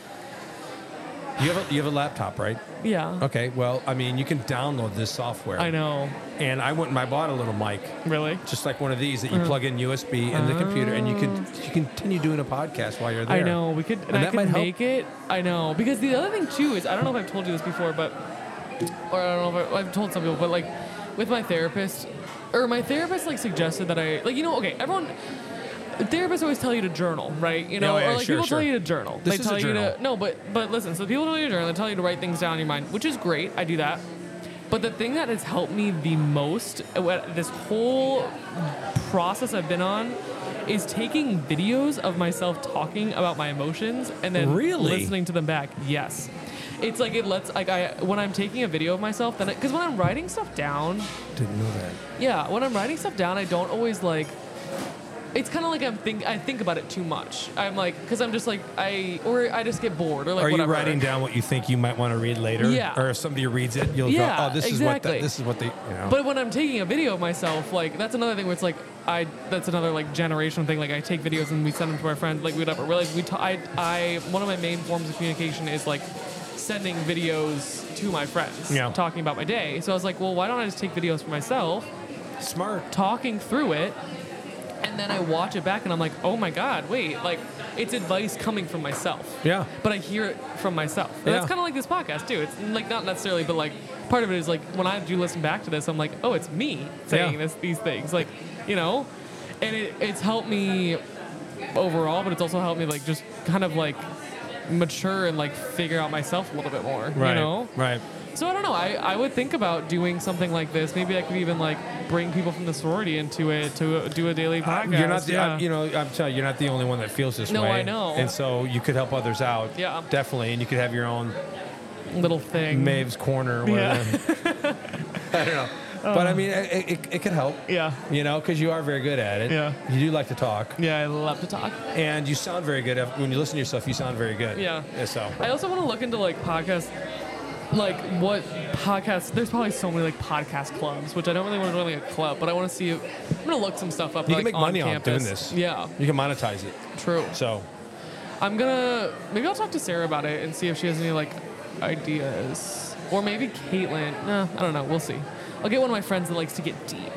Speaker 1: you have a, you have a laptop, right?
Speaker 2: Yeah.
Speaker 1: Okay. Well, I mean, you can download this software.
Speaker 2: I know.
Speaker 1: And I went and I bought a little mic,
Speaker 2: Really?
Speaker 1: just like one of these
Speaker 2: Uh-huh.
Speaker 1: that you plug in USB in the computer, and you can you continue doing a podcast while you're there.
Speaker 2: Ah. I know. We could and,
Speaker 1: And
Speaker 2: I
Speaker 1: that
Speaker 2: could
Speaker 1: might help.
Speaker 2: make it. I know. Because the other thing too is I don't know if I've told you this before, but or I don't know if I, I've told some people, but like with my therapist or my therapist like suggested that I like you know okay everyone therapists always tell you to journal right you know
Speaker 1: Yeah, yeah,
Speaker 2: or like
Speaker 1: sure,
Speaker 2: people tell
Speaker 1: sure.
Speaker 2: you to journal
Speaker 1: This is
Speaker 2: they
Speaker 1: a
Speaker 2: tell you
Speaker 1: journal.
Speaker 2: to no but but listen so people tell you to journal they tell you to write things down in your mind which is great I do that but the thing that has helped me the most uh, what- this whole process I've been on is taking videos of myself talking about my emotions and then
Speaker 1: Really?
Speaker 2: listening to them back. Yes. It's like it lets like I when I'm taking a video of myself then cuz when I'm writing stuff down,
Speaker 1: Didn't know that.
Speaker 2: yeah, when I'm writing stuff down, I don't always like it's kind of like I'm think I think about it too much. I'm like cuz I'm just like I or I just get bored or like
Speaker 1: Are you
Speaker 2: whatever.
Speaker 1: writing down what you think you might want to read later?
Speaker 2: Yeah.
Speaker 1: Or if somebody reads it, you'll
Speaker 2: Yeah,
Speaker 1: go, "Oh, this is what
Speaker 2: exactly.
Speaker 1: the, this is what they." You know.
Speaker 2: But when I'm taking a video of myself, like that's another thing where it's like I that's another like generational thing. Like I take videos and we send them to our friends, like we whatever. We're like we t- I I one of my main forms of communication is like sending videos to my friends,
Speaker 1: Yeah.
Speaker 2: talking about my day. So I was like, well, why don't I just take videos for myself,
Speaker 1: Smart.
Speaker 2: talking through it, and then I watch it back and I'm like, oh my god, wait, like it's advice coming from myself
Speaker 1: Yeah.
Speaker 2: but I hear it from myself. And
Speaker 1: Yeah.
Speaker 2: That's kind of like this podcast too. It's like not necessarily, but like part of it is like when I do listen back to this, I'm like, oh, it's me saying
Speaker 1: Yeah.
Speaker 2: this, these things, like you know, and it, it's helped me overall, but it's also helped me like just kind of like mature and like figure out myself a little bit more,
Speaker 1: Right.
Speaker 2: you know.
Speaker 1: Right.
Speaker 2: So I don't know. I, I would think about doing something like this. Maybe I could even like bring people from the sorority into it to uh, do a daily
Speaker 1: I-
Speaker 2: podcast.
Speaker 1: Uh, you're not the,
Speaker 2: yeah.
Speaker 1: I- you know I'm telling you, you're not the only one that feels this
Speaker 2: No,
Speaker 1: way.
Speaker 2: I know.
Speaker 1: And so you could help others out.
Speaker 2: Yeah.
Speaker 1: Definitely, and you could have your own
Speaker 2: little thing.
Speaker 1: Maeve's corner. Or
Speaker 2: Yeah.
Speaker 1: whatever. I don't know. But I mean, it, it, it could help.
Speaker 2: Yeah.
Speaker 1: You know, because you are very good at it.
Speaker 2: Yeah.
Speaker 1: You do like to talk,
Speaker 2: Yeah, I love to talk.
Speaker 1: and you sound very good. When you listen to yourself, you sound very good.
Speaker 2: Yeah.
Speaker 1: So.
Speaker 2: I also want to look into like podcasts, like what podcasts. There's probably so many like podcast clubs, which I don't really want to join like a club, but I want to see. If, I'm gonna look some stuff up.
Speaker 1: You
Speaker 2: like,
Speaker 1: can make money
Speaker 2: on
Speaker 1: off
Speaker 2: campus.
Speaker 1: doing this.
Speaker 2: Yeah,
Speaker 1: You can monetize it.
Speaker 2: true.
Speaker 1: So.
Speaker 2: I'm gonna maybe I'll talk to Sarah about it and see if she has any like ideas, or maybe Caitlin. Nah, I don't know. We'll see. I'll get one of my friends that likes to get deep.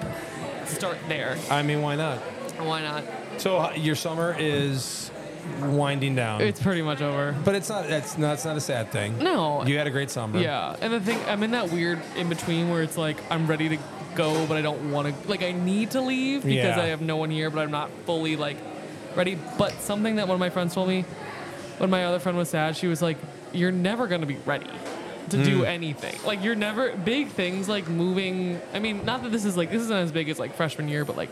Speaker 2: Start there.
Speaker 1: I mean, why not?
Speaker 2: Why not?
Speaker 1: So uh, your summer is winding down.
Speaker 2: It's pretty much over.
Speaker 1: But it's not. That's not. It's not a sad thing.
Speaker 2: No.
Speaker 1: You had a great summer.
Speaker 2: Yeah, and the thing I'm in that weird in between where it's like I'm ready to go, but I don't want to. Like I need to leave because
Speaker 1: Yeah.
Speaker 2: I have no one here, but I'm not fully like ready. But something that one of my friends told me when my other friend was sad, she was like, "You're never gonna be ready." To do anything, like you're never big things like moving. I mean, not that this is like this isn't as big as like freshman year, but like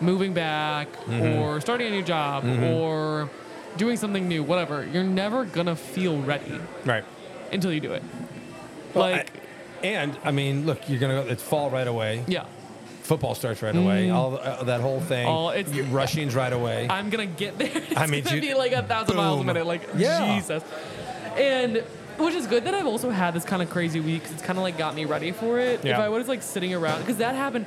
Speaker 2: moving back or starting a new job or doing something new, whatever. You're never gonna feel ready
Speaker 1: Right.
Speaker 2: until you do it.
Speaker 1: Well,
Speaker 2: like,
Speaker 1: I- and I mean, look, you're gonna. go It's fall right away.
Speaker 2: yeah,
Speaker 1: Football starts right away. All uh, that whole thing.
Speaker 2: Mm. All- it's-
Speaker 1: You- rushing's right away.
Speaker 2: I'm gonna get there. It's
Speaker 1: I mean,
Speaker 2: gonna
Speaker 1: dude,
Speaker 2: be like a thousand miles a
Speaker 1: boom.
Speaker 2: minute. Like,
Speaker 1: Yeah.
Speaker 2: Jesus. And which is good that I've also had this kind of crazy week. 'cause it's kind of like got me ready for it. If
Speaker 1: Yeah.
Speaker 2: I was like sitting around, because that happened.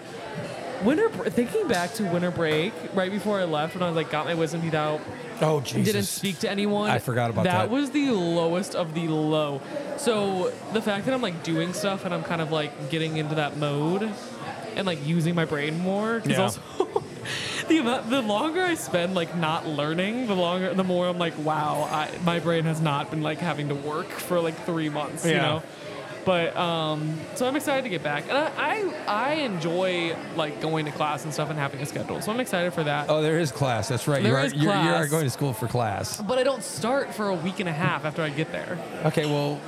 Speaker 2: Winter, br- thinking back to winter break, right before I left, when I like got my wisdom teeth out,
Speaker 1: oh Jesus.
Speaker 2: didn't speak to anyone.
Speaker 1: I forgot about that.
Speaker 2: That was the lowest of the low. So the fact that I'm like doing stuff and I'm kind of like getting into that mode and like using my brain more because
Speaker 1: Yeah.
Speaker 2: also the amount, the longer I spend like not learning, the longer the more I'm like, wow, I, my brain has not been like having to work for like three months, you
Speaker 1: Yeah.
Speaker 2: know. But um, so I'm excited to get back, and I, I I enjoy like going to class and stuff and having a schedule. So I'm excited for that.
Speaker 1: Oh, there is class. That's right. you
Speaker 2: There
Speaker 1: are,
Speaker 2: is
Speaker 1: you're, You are
Speaker 2: class.
Speaker 1: going to school for class.
Speaker 2: But I don't start for a week and a half after I get there.
Speaker 1: Okay. Well,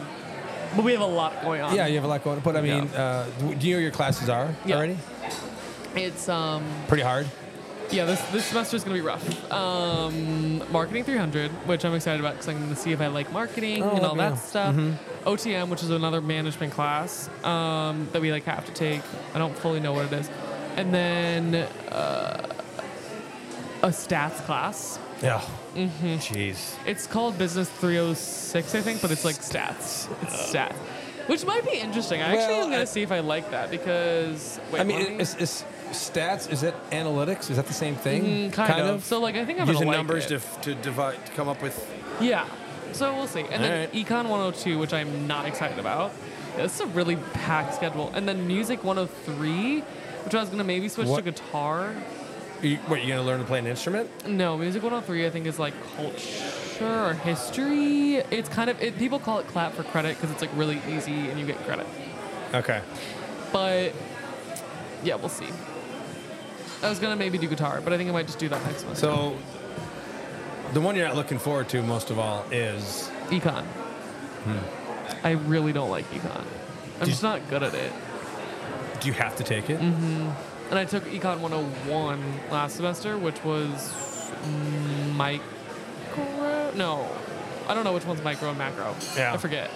Speaker 2: But we have a lot going on.
Speaker 1: yeah, you have a lot going. on. But I mean, uh, do you know what your classes are
Speaker 2: Yeah.
Speaker 1: already?
Speaker 2: It's um
Speaker 1: Pretty hard.
Speaker 2: yeah this this semester's gonna be rough. Um, marketing 300, which I'm excited about because I'm gonna see if I like marketing
Speaker 1: Oh,
Speaker 2: and
Speaker 1: let
Speaker 2: all
Speaker 1: me
Speaker 2: that
Speaker 1: know.
Speaker 2: stuff.
Speaker 1: Mm-hmm.
Speaker 2: OTM, which is another management class um, that we like have to take. I don't fully know what it is. And then uh, a stats class.
Speaker 1: Yeah.
Speaker 2: Mm-hmm.
Speaker 1: Jeez.
Speaker 2: It's called Business 306, I think, but it's like stats. It's stats. Which might be interesting. I actually
Speaker 1: Oh. Well,
Speaker 2: am going
Speaker 1: I-
Speaker 2: to see if I like that because. Wait,
Speaker 1: I mean,
Speaker 2: let me-
Speaker 1: is, is stats, is that analytics? Is that the same thing?
Speaker 2: Mm, kind, of. So, like, I think I'm going to
Speaker 1: Using
Speaker 2: like
Speaker 1: numbers
Speaker 2: it.
Speaker 1: to, f- to divide, to come up with.
Speaker 2: Yeah. So we'll see. And then
Speaker 1: Alright.
Speaker 2: Econ 102, which I'm not excited about. This is a really packed schedule. And then Music 103, which I was going to maybe switch
Speaker 1: What-
Speaker 2: to guitar.
Speaker 1: You, what, you're going to learn to play an instrument?
Speaker 2: No, Music 103, I think, is like culture or history. It's kind of, it, people call it clap for credit because it's like really easy and you get credit.
Speaker 1: Okay.
Speaker 2: But yeah, we'll see. I was going to maybe do guitar, but I think I might just do that next month.
Speaker 1: So, the one you're not looking forward to most of all is
Speaker 2: Econ.
Speaker 1: Hmm.
Speaker 2: I really don't like Econ. I'm
Speaker 1: Do-
Speaker 2: just not good at it.
Speaker 1: do you have to take it?
Speaker 2: Mm-hmm. And I took Econ 101 last semester, which was micro. No, I don't know which one's micro and macro.
Speaker 1: Yeah.
Speaker 2: I forget.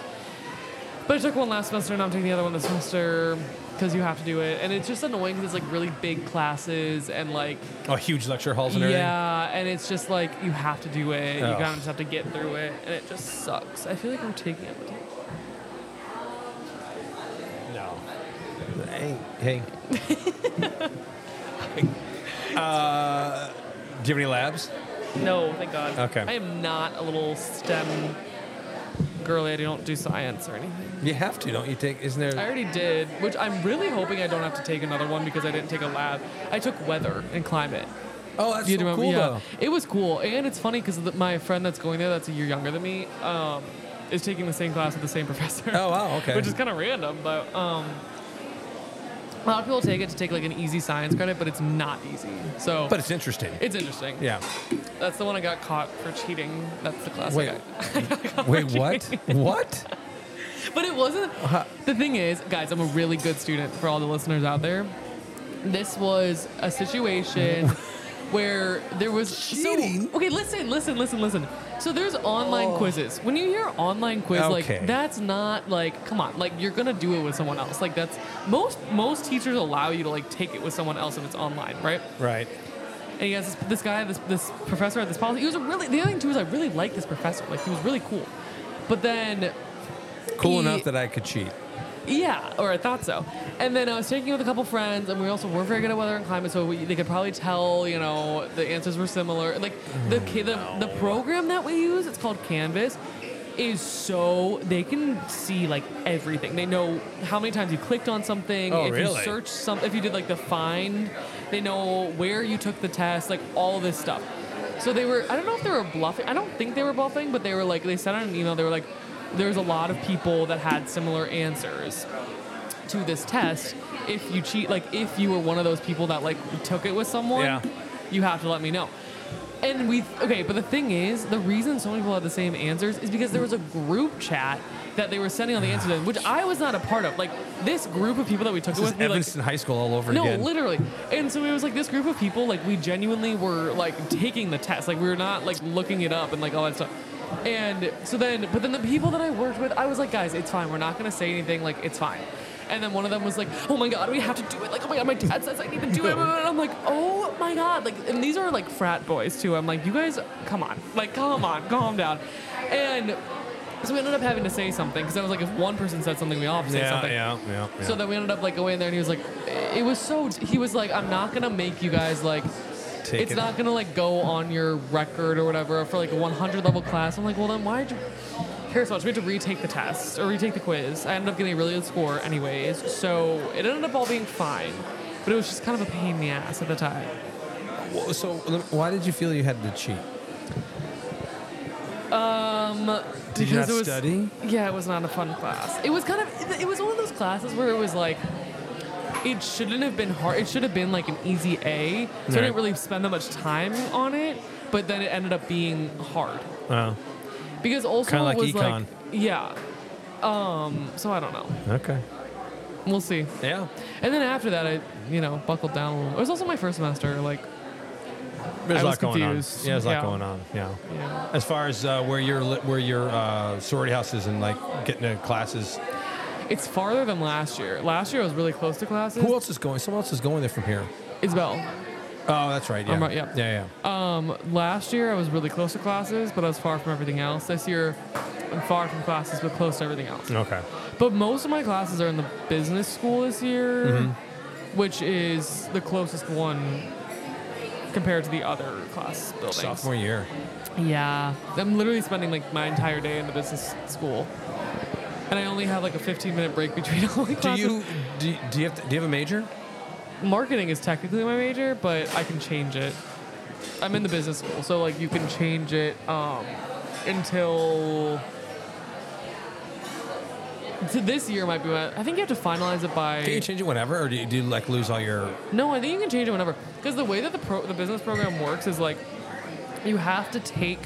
Speaker 2: But I took one last semester, and I'm taking the other one this semester because you have to do it. And it's just annoying because it's like really big classes and like
Speaker 1: Oh, huge lecture halls and everything? Oh.
Speaker 2: yeah, and it's just like you have to do it. You
Speaker 1: Ugh.
Speaker 2: kind of just have to get through it, and it just sucks. I feel like I'm taking it.
Speaker 1: No. Hey. Hey. uh, Uh, do you have any labs?
Speaker 2: No, thank God.
Speaker 1: Okay.
Speaker 2: I am not a little STEM girly. I don't do science or anything.
Speaker 1: You have to, don't you? Take isn't there?
Speaker 2: I already did, which I'm really hoping I don't have to take another one because I didn't take a lab. I took weather and climate.
Speaker 1: oh, that's
Speaker 2: You
Speaker 1: so cool though.
Speaker 2: It was cool, and it's funny because my friend that's going there, that's a year younger than me, um, is taking the same class with the same professor.
Speaker 1: Oh wow, okay.
Speaker 2: Which is kind of random, but um, a lot of people take it to take like an easy science credit, but it's not easy. So,
Speaker 1: but it's interesting.
Speaker 2: it's interesting.
Speaker 1: yeah.
Speaker 2: That's the one I got caught for cheating. That's the class. I
Speaker 1: Wait.
Speaker 2: got-
Speaker 1: Wait, what? what?
Speaker 2: But it wasn't. The thing is, guys, I'm a really good student for all the listeners out there. This was a situation where there was
Speaker 1: Cheating? Oh.
Speaker 2: So, okay, listen, listen, listen, listen. So there's online quizzes. When you hear online quiz,
Speaker 1: Okay.
Speaker 2: like that's not like, come on, like you're gonna do it with someone else. Like that's most most teachers allow you to like take it with someone else if it's online, right?
Speaker 1: Right.
Speaker 2: And he has this, this guy, this, this professor at this policy. He was a really the other thing too is I really liked this professor. Like he was really cool. But then
Speaker 1: Cool
Speaker 2: He-
Speaker 1: enough that I could cheat.
Speaker 2: yeah, or I thought so. And then I was taking it with a couple friends, and we also weren't very good at weather and climate, so we, they could probably tell, you know, the answers were similar. Like the
Speaker 1: Mm.
Speaker 2: ki- the, the program that we use, it's called Canvas, is so they can see like everything. They know how many times you clicked on something,
Speaker 1: Oh,
Speaker 2: if
Speaker 1: really?
Speaker 2: you searched some, if you did like the find, they know where you took the test, like all this stuff. So they were, I don't know if they were bluffing. I don't think they were bluffing, but they were like, they sent out an email. They were like, there's a lot of people that had similar answers to this test. If you cheat, like if you were one of those people that like took it with someone,
Speaker 1: Yeah.
Speaker 2: you have to let me know. And we okay, but the thing is, the reason so many people had the same answers is because there was a group chat that they were sending all the answers in, which I was not a part of. Like this group of people that we took
Speaker 1: This
Speaker 2: it
Speaker 1: is
Speaker 2: with, we, like,
Speaker 1: Evanston High School all over
Speaker 2: no,
Speaker 1: again.
Speaker 2: literally. And so it was like this group of people, like we genuinely were like taking the test. Like we were not like looking it up and like all that stuff. And so then, but then the people that I worked with, I was like, guys, it's fine. We're not gonna say anything. Like it's fine. And then one of them was like, oh my god, we have to do it. Like oh my god, my dad says I need to do it. And I'm like, oh my god. Like and these are like frat boys too. I'm like, you guys, come on. Like come on, calm down. And so we ended up having to say something because I was like, if one person said something, we all have to say
Speaker 1: yeah,
Speaker 2: something.
Speaker 1: yeah, yeah, yeah.
Speaker 2: So then we ended up like going in there, and he was like, it was so. He was like, I'm not gonna make you guys like.
Speaker 1: Take
Speaker 2: it's
Speaker 1: it.
Speaker 2: not gonna like go on your record or whatever for like a 100 level class. I'm like, well then why'd you care so much? We had to retake the test or retake the quiz. I ended up getting a really good score anyways, so it ended up all being fine. But it was just kind of a pain in the ass at the time.
Speaker 1: Wh- So, lem- why did you feel you had to cheat? Did you not
Speaker 2: because it was,
Speaker 1: study?
Speaker 2: Yeah, it was not a fun class. It was kind of. It was one of those classes where it was like. It shouldn't have been hard. It should have been like an easy A. So I
Speaker 1: Right.
Speaker 2: didn't really spend that much time on it. But then it ended up being hard
Speaker 1: Oh,
Speaker 2: because also
Speaker 1: Kinda like
Speaker 2: it was
Speaker 1: econ.
Speaker 2: like yeah. Um. So I don't know.
Speaker 1: okay.
Speaker 2: We'll see.
Speaker 1: Yeah.
Speaker 2: And then after that, I you know buckled down a little. It was also my first semester. Like
Speaker 1: There's
Speaker 2: I
Speaker 1: a lot
Speaker 2: was
Speaker 1: going
Speaker 2: confused.
Speaker 1: on. Yeah, there's a lot
Speaker 2: Yeah.
Speaker 1: going on. Yeah.
Speaker 2: you know.
Speaker 1: As far as uh, where your li- where your uh, sorority house is and like getting to classes,
Speaker 2: It's farther than last year. Last year I was really close to classes.
Speaker 1: who else is going? Someone else is going there from here.
Speaker 2: Isabel.
Speaker 1: Oh, that's right. Yeah.
Speaker 2: I'm right, yeah.
Speaker 1: Yeah. Yeah.
Speaker 2: Um, last year I was really close to classes, but I was far from everything else. This year I'm far from classes, but close to everything else.
Speaker 1: Okay.
Speaker 2: But most of my classes are in the business school this year,
Speaker 1: Mm-hmm.
Speaker 2: which is the closest one compared to the other class buildings.
Speaker 1: Sophomore year.
Speaker 2: Yeah, I'm literally spending like my entire day in the business school, and I only have like a 15 minute break between all my
Speaker 1: Do
Speaker 2: classes.
Speaker 1: you do, you- do you have to, do you have a major?
Speaker 2: Marketing is technically my major, but I can change it. I'm in the business school, so like you can change it um, until. So this year might be my. I think you have to finalize it by.
Speaker 1: Can you change it whenever, or do you, do you like lose all your?
Speaker 2: No, I think you can change it whenever. Because the way that the pro, the business program works is like you have to take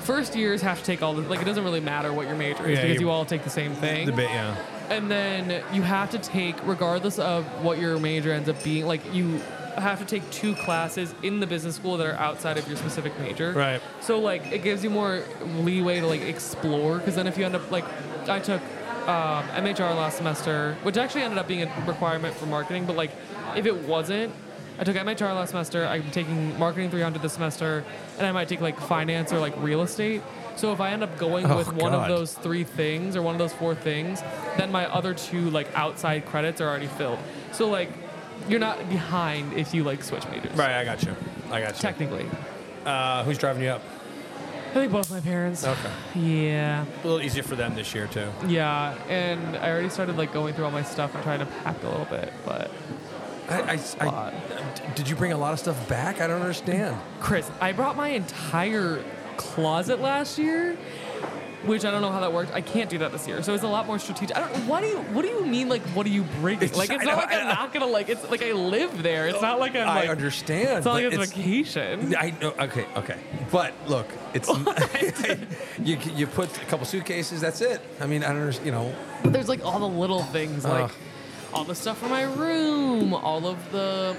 Speaker 2: first years have to take all the like it doesn't really matter what your major is
Speaker 1: Yeah,
Speaker 2: because
Speaker 1: you-
Speaker 2: you, all take the same thing.
Speaker 1: The bit, yeah.
Speaker 2: and then you have to take regardless of what your major ends up being like you have to take two classes in the business school that are outside of your specific major.
Speaker 1: Right.
Speaker 2: So like it gives you more leeway to like explore because then if you end up like I took um, MHR last semester, which actually ended up being a requirement for marketing, but like if it wasn't, I took MHR last semester. I'm taking marketing 300 this semester, and I might take like finance or like real estate. So if I end up going
Speaker 1: Oh,
Speaker 2: with one of
Speaker 1: God.
Speaker 2: those three things or one of those four things, then my other two like outside credits are already filled. So like you're not behind if you like switch majors.
Speaker 1: Right. I got you. I got you.
Speaker 2: Technically.
Speaker 1: Uh, who's driving you up?
Speaker 2: I think both my parents.
Speaker 1: Okay.
Speaker 2: Yeah.
Speaker 1: A little easier for them this year too.
Speaker 2: Yeah, and I already started like going through all my stuff and trying to pack a little bit, but
Speaker 1: I, I, I, did you bring a lot of stuff back? I don't understand.
Speaker 2: Chris, I brought my entire closet last year, which I don't know how that worked. I can't do that this year, so it's a lot more strategic. I don't. What do you What do you mean? Like, what do you bring?
Speaker 1: It's-
Speaker 2: Like,
Speaker 1: I
Speaker 2: it's not
Speaker 1: know,
Speaker 2: like
Speaker 1: I
Speaker 2: I'm
Speaker 1: know.
Speaker 2: not gonna like. It's like I live there. It's not like I'm
Speaker 1: I
Speaker 2: like.
Speaker 1: understand.
Speaker 2: It's not like
Speaker 1: but
Speaker 2: it's, vacation.
Speaker 1: I know. Okay. Okay. But look, it's you. You put a couple suitcases. That's it. I mean, I don't. understand, You know.
Speaker 2: But there's like all the little things, like
Speaker 1: Ugh.
Speaker 2: all the stuff for my room, all of the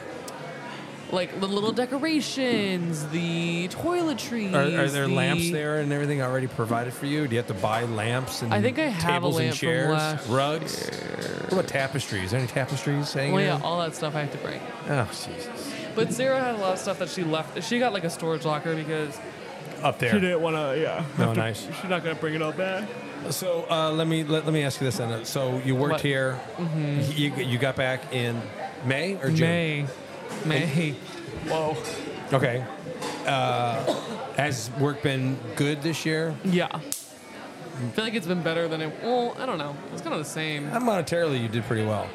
Speaker 2: like the little decorations, the toiletries.
Speaker 1: Are, are there
Speaker 2: the-
Speaker 1: lamps there and everything already provided for you? Do you have to buy lamps and
Speaker 2: I think I have a
Speaker 1: tables
Speaker 2: lamp
Speaker 1: and
Speaker 2: from
Speaker 1: chairs,
Speaker 2: last
Speaker 1: rugs? What about tapestries? Are there any tapestries hanging?
Speaker 2: Well, Oh, yeah,
Speaker 1: there?
Speaker 2: all that stuff I have to bring.
Speaker 1: Oh, Jesus.
Speaker 2: But Sarah had a lot of stuff that she left. She got like a storage locker because
Speaker 1: Up there.
Speaker 2: want to. Yeah.
Speaker 1: No, nice.
Speaker 2: She's not gonna bring it all back.
Speaker 1: So uh, let me let, let me ask you this. Anna. So you worked
Speaker 2: What? Mm-hmm.
Speaker 1: here. You, you got back in May or June?
Speaker 2: May, May. Whoa.
Speaker 1: Okay. Uh, has work been good this year?
Speaker 2: Yeah. I feel like it's been better than it. Well, I don't know. It's kind of the same.
Speaker 1: Uh, Monetarily, you did pretty well.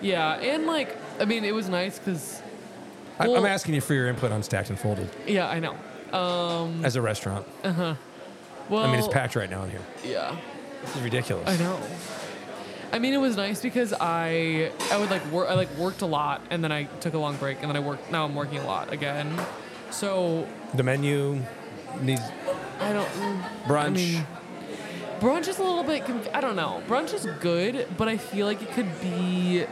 Speaker 2: Yeah, and like, I mean, it was nice because.
Speaker 1: I, I'm
Speaker 2: Well-
Speaker 1: asking you for your input on Stacked and Folded
Speaker 2: Yeah, I know.
Speaker 1: as a restaurant.
Speaker 2: Well,
Speaker 1: I mean, it's packed right now in here.
Speaker 2: Yeah,
Speaker 1: This is ridiculous.
Speaker 2: I know. I mean, it was nice because I I would like work I like worked a lot and then I took a long break and then I worked now I'm working a lot again. So
Speaker 1: The menu needs
Speaker 2: I don't. mm,
Speaker 1: brunch.
Speaker 2: I mean, brunch is a little bit. Conf- I don't know. Brunch is good, but I feel like it could be.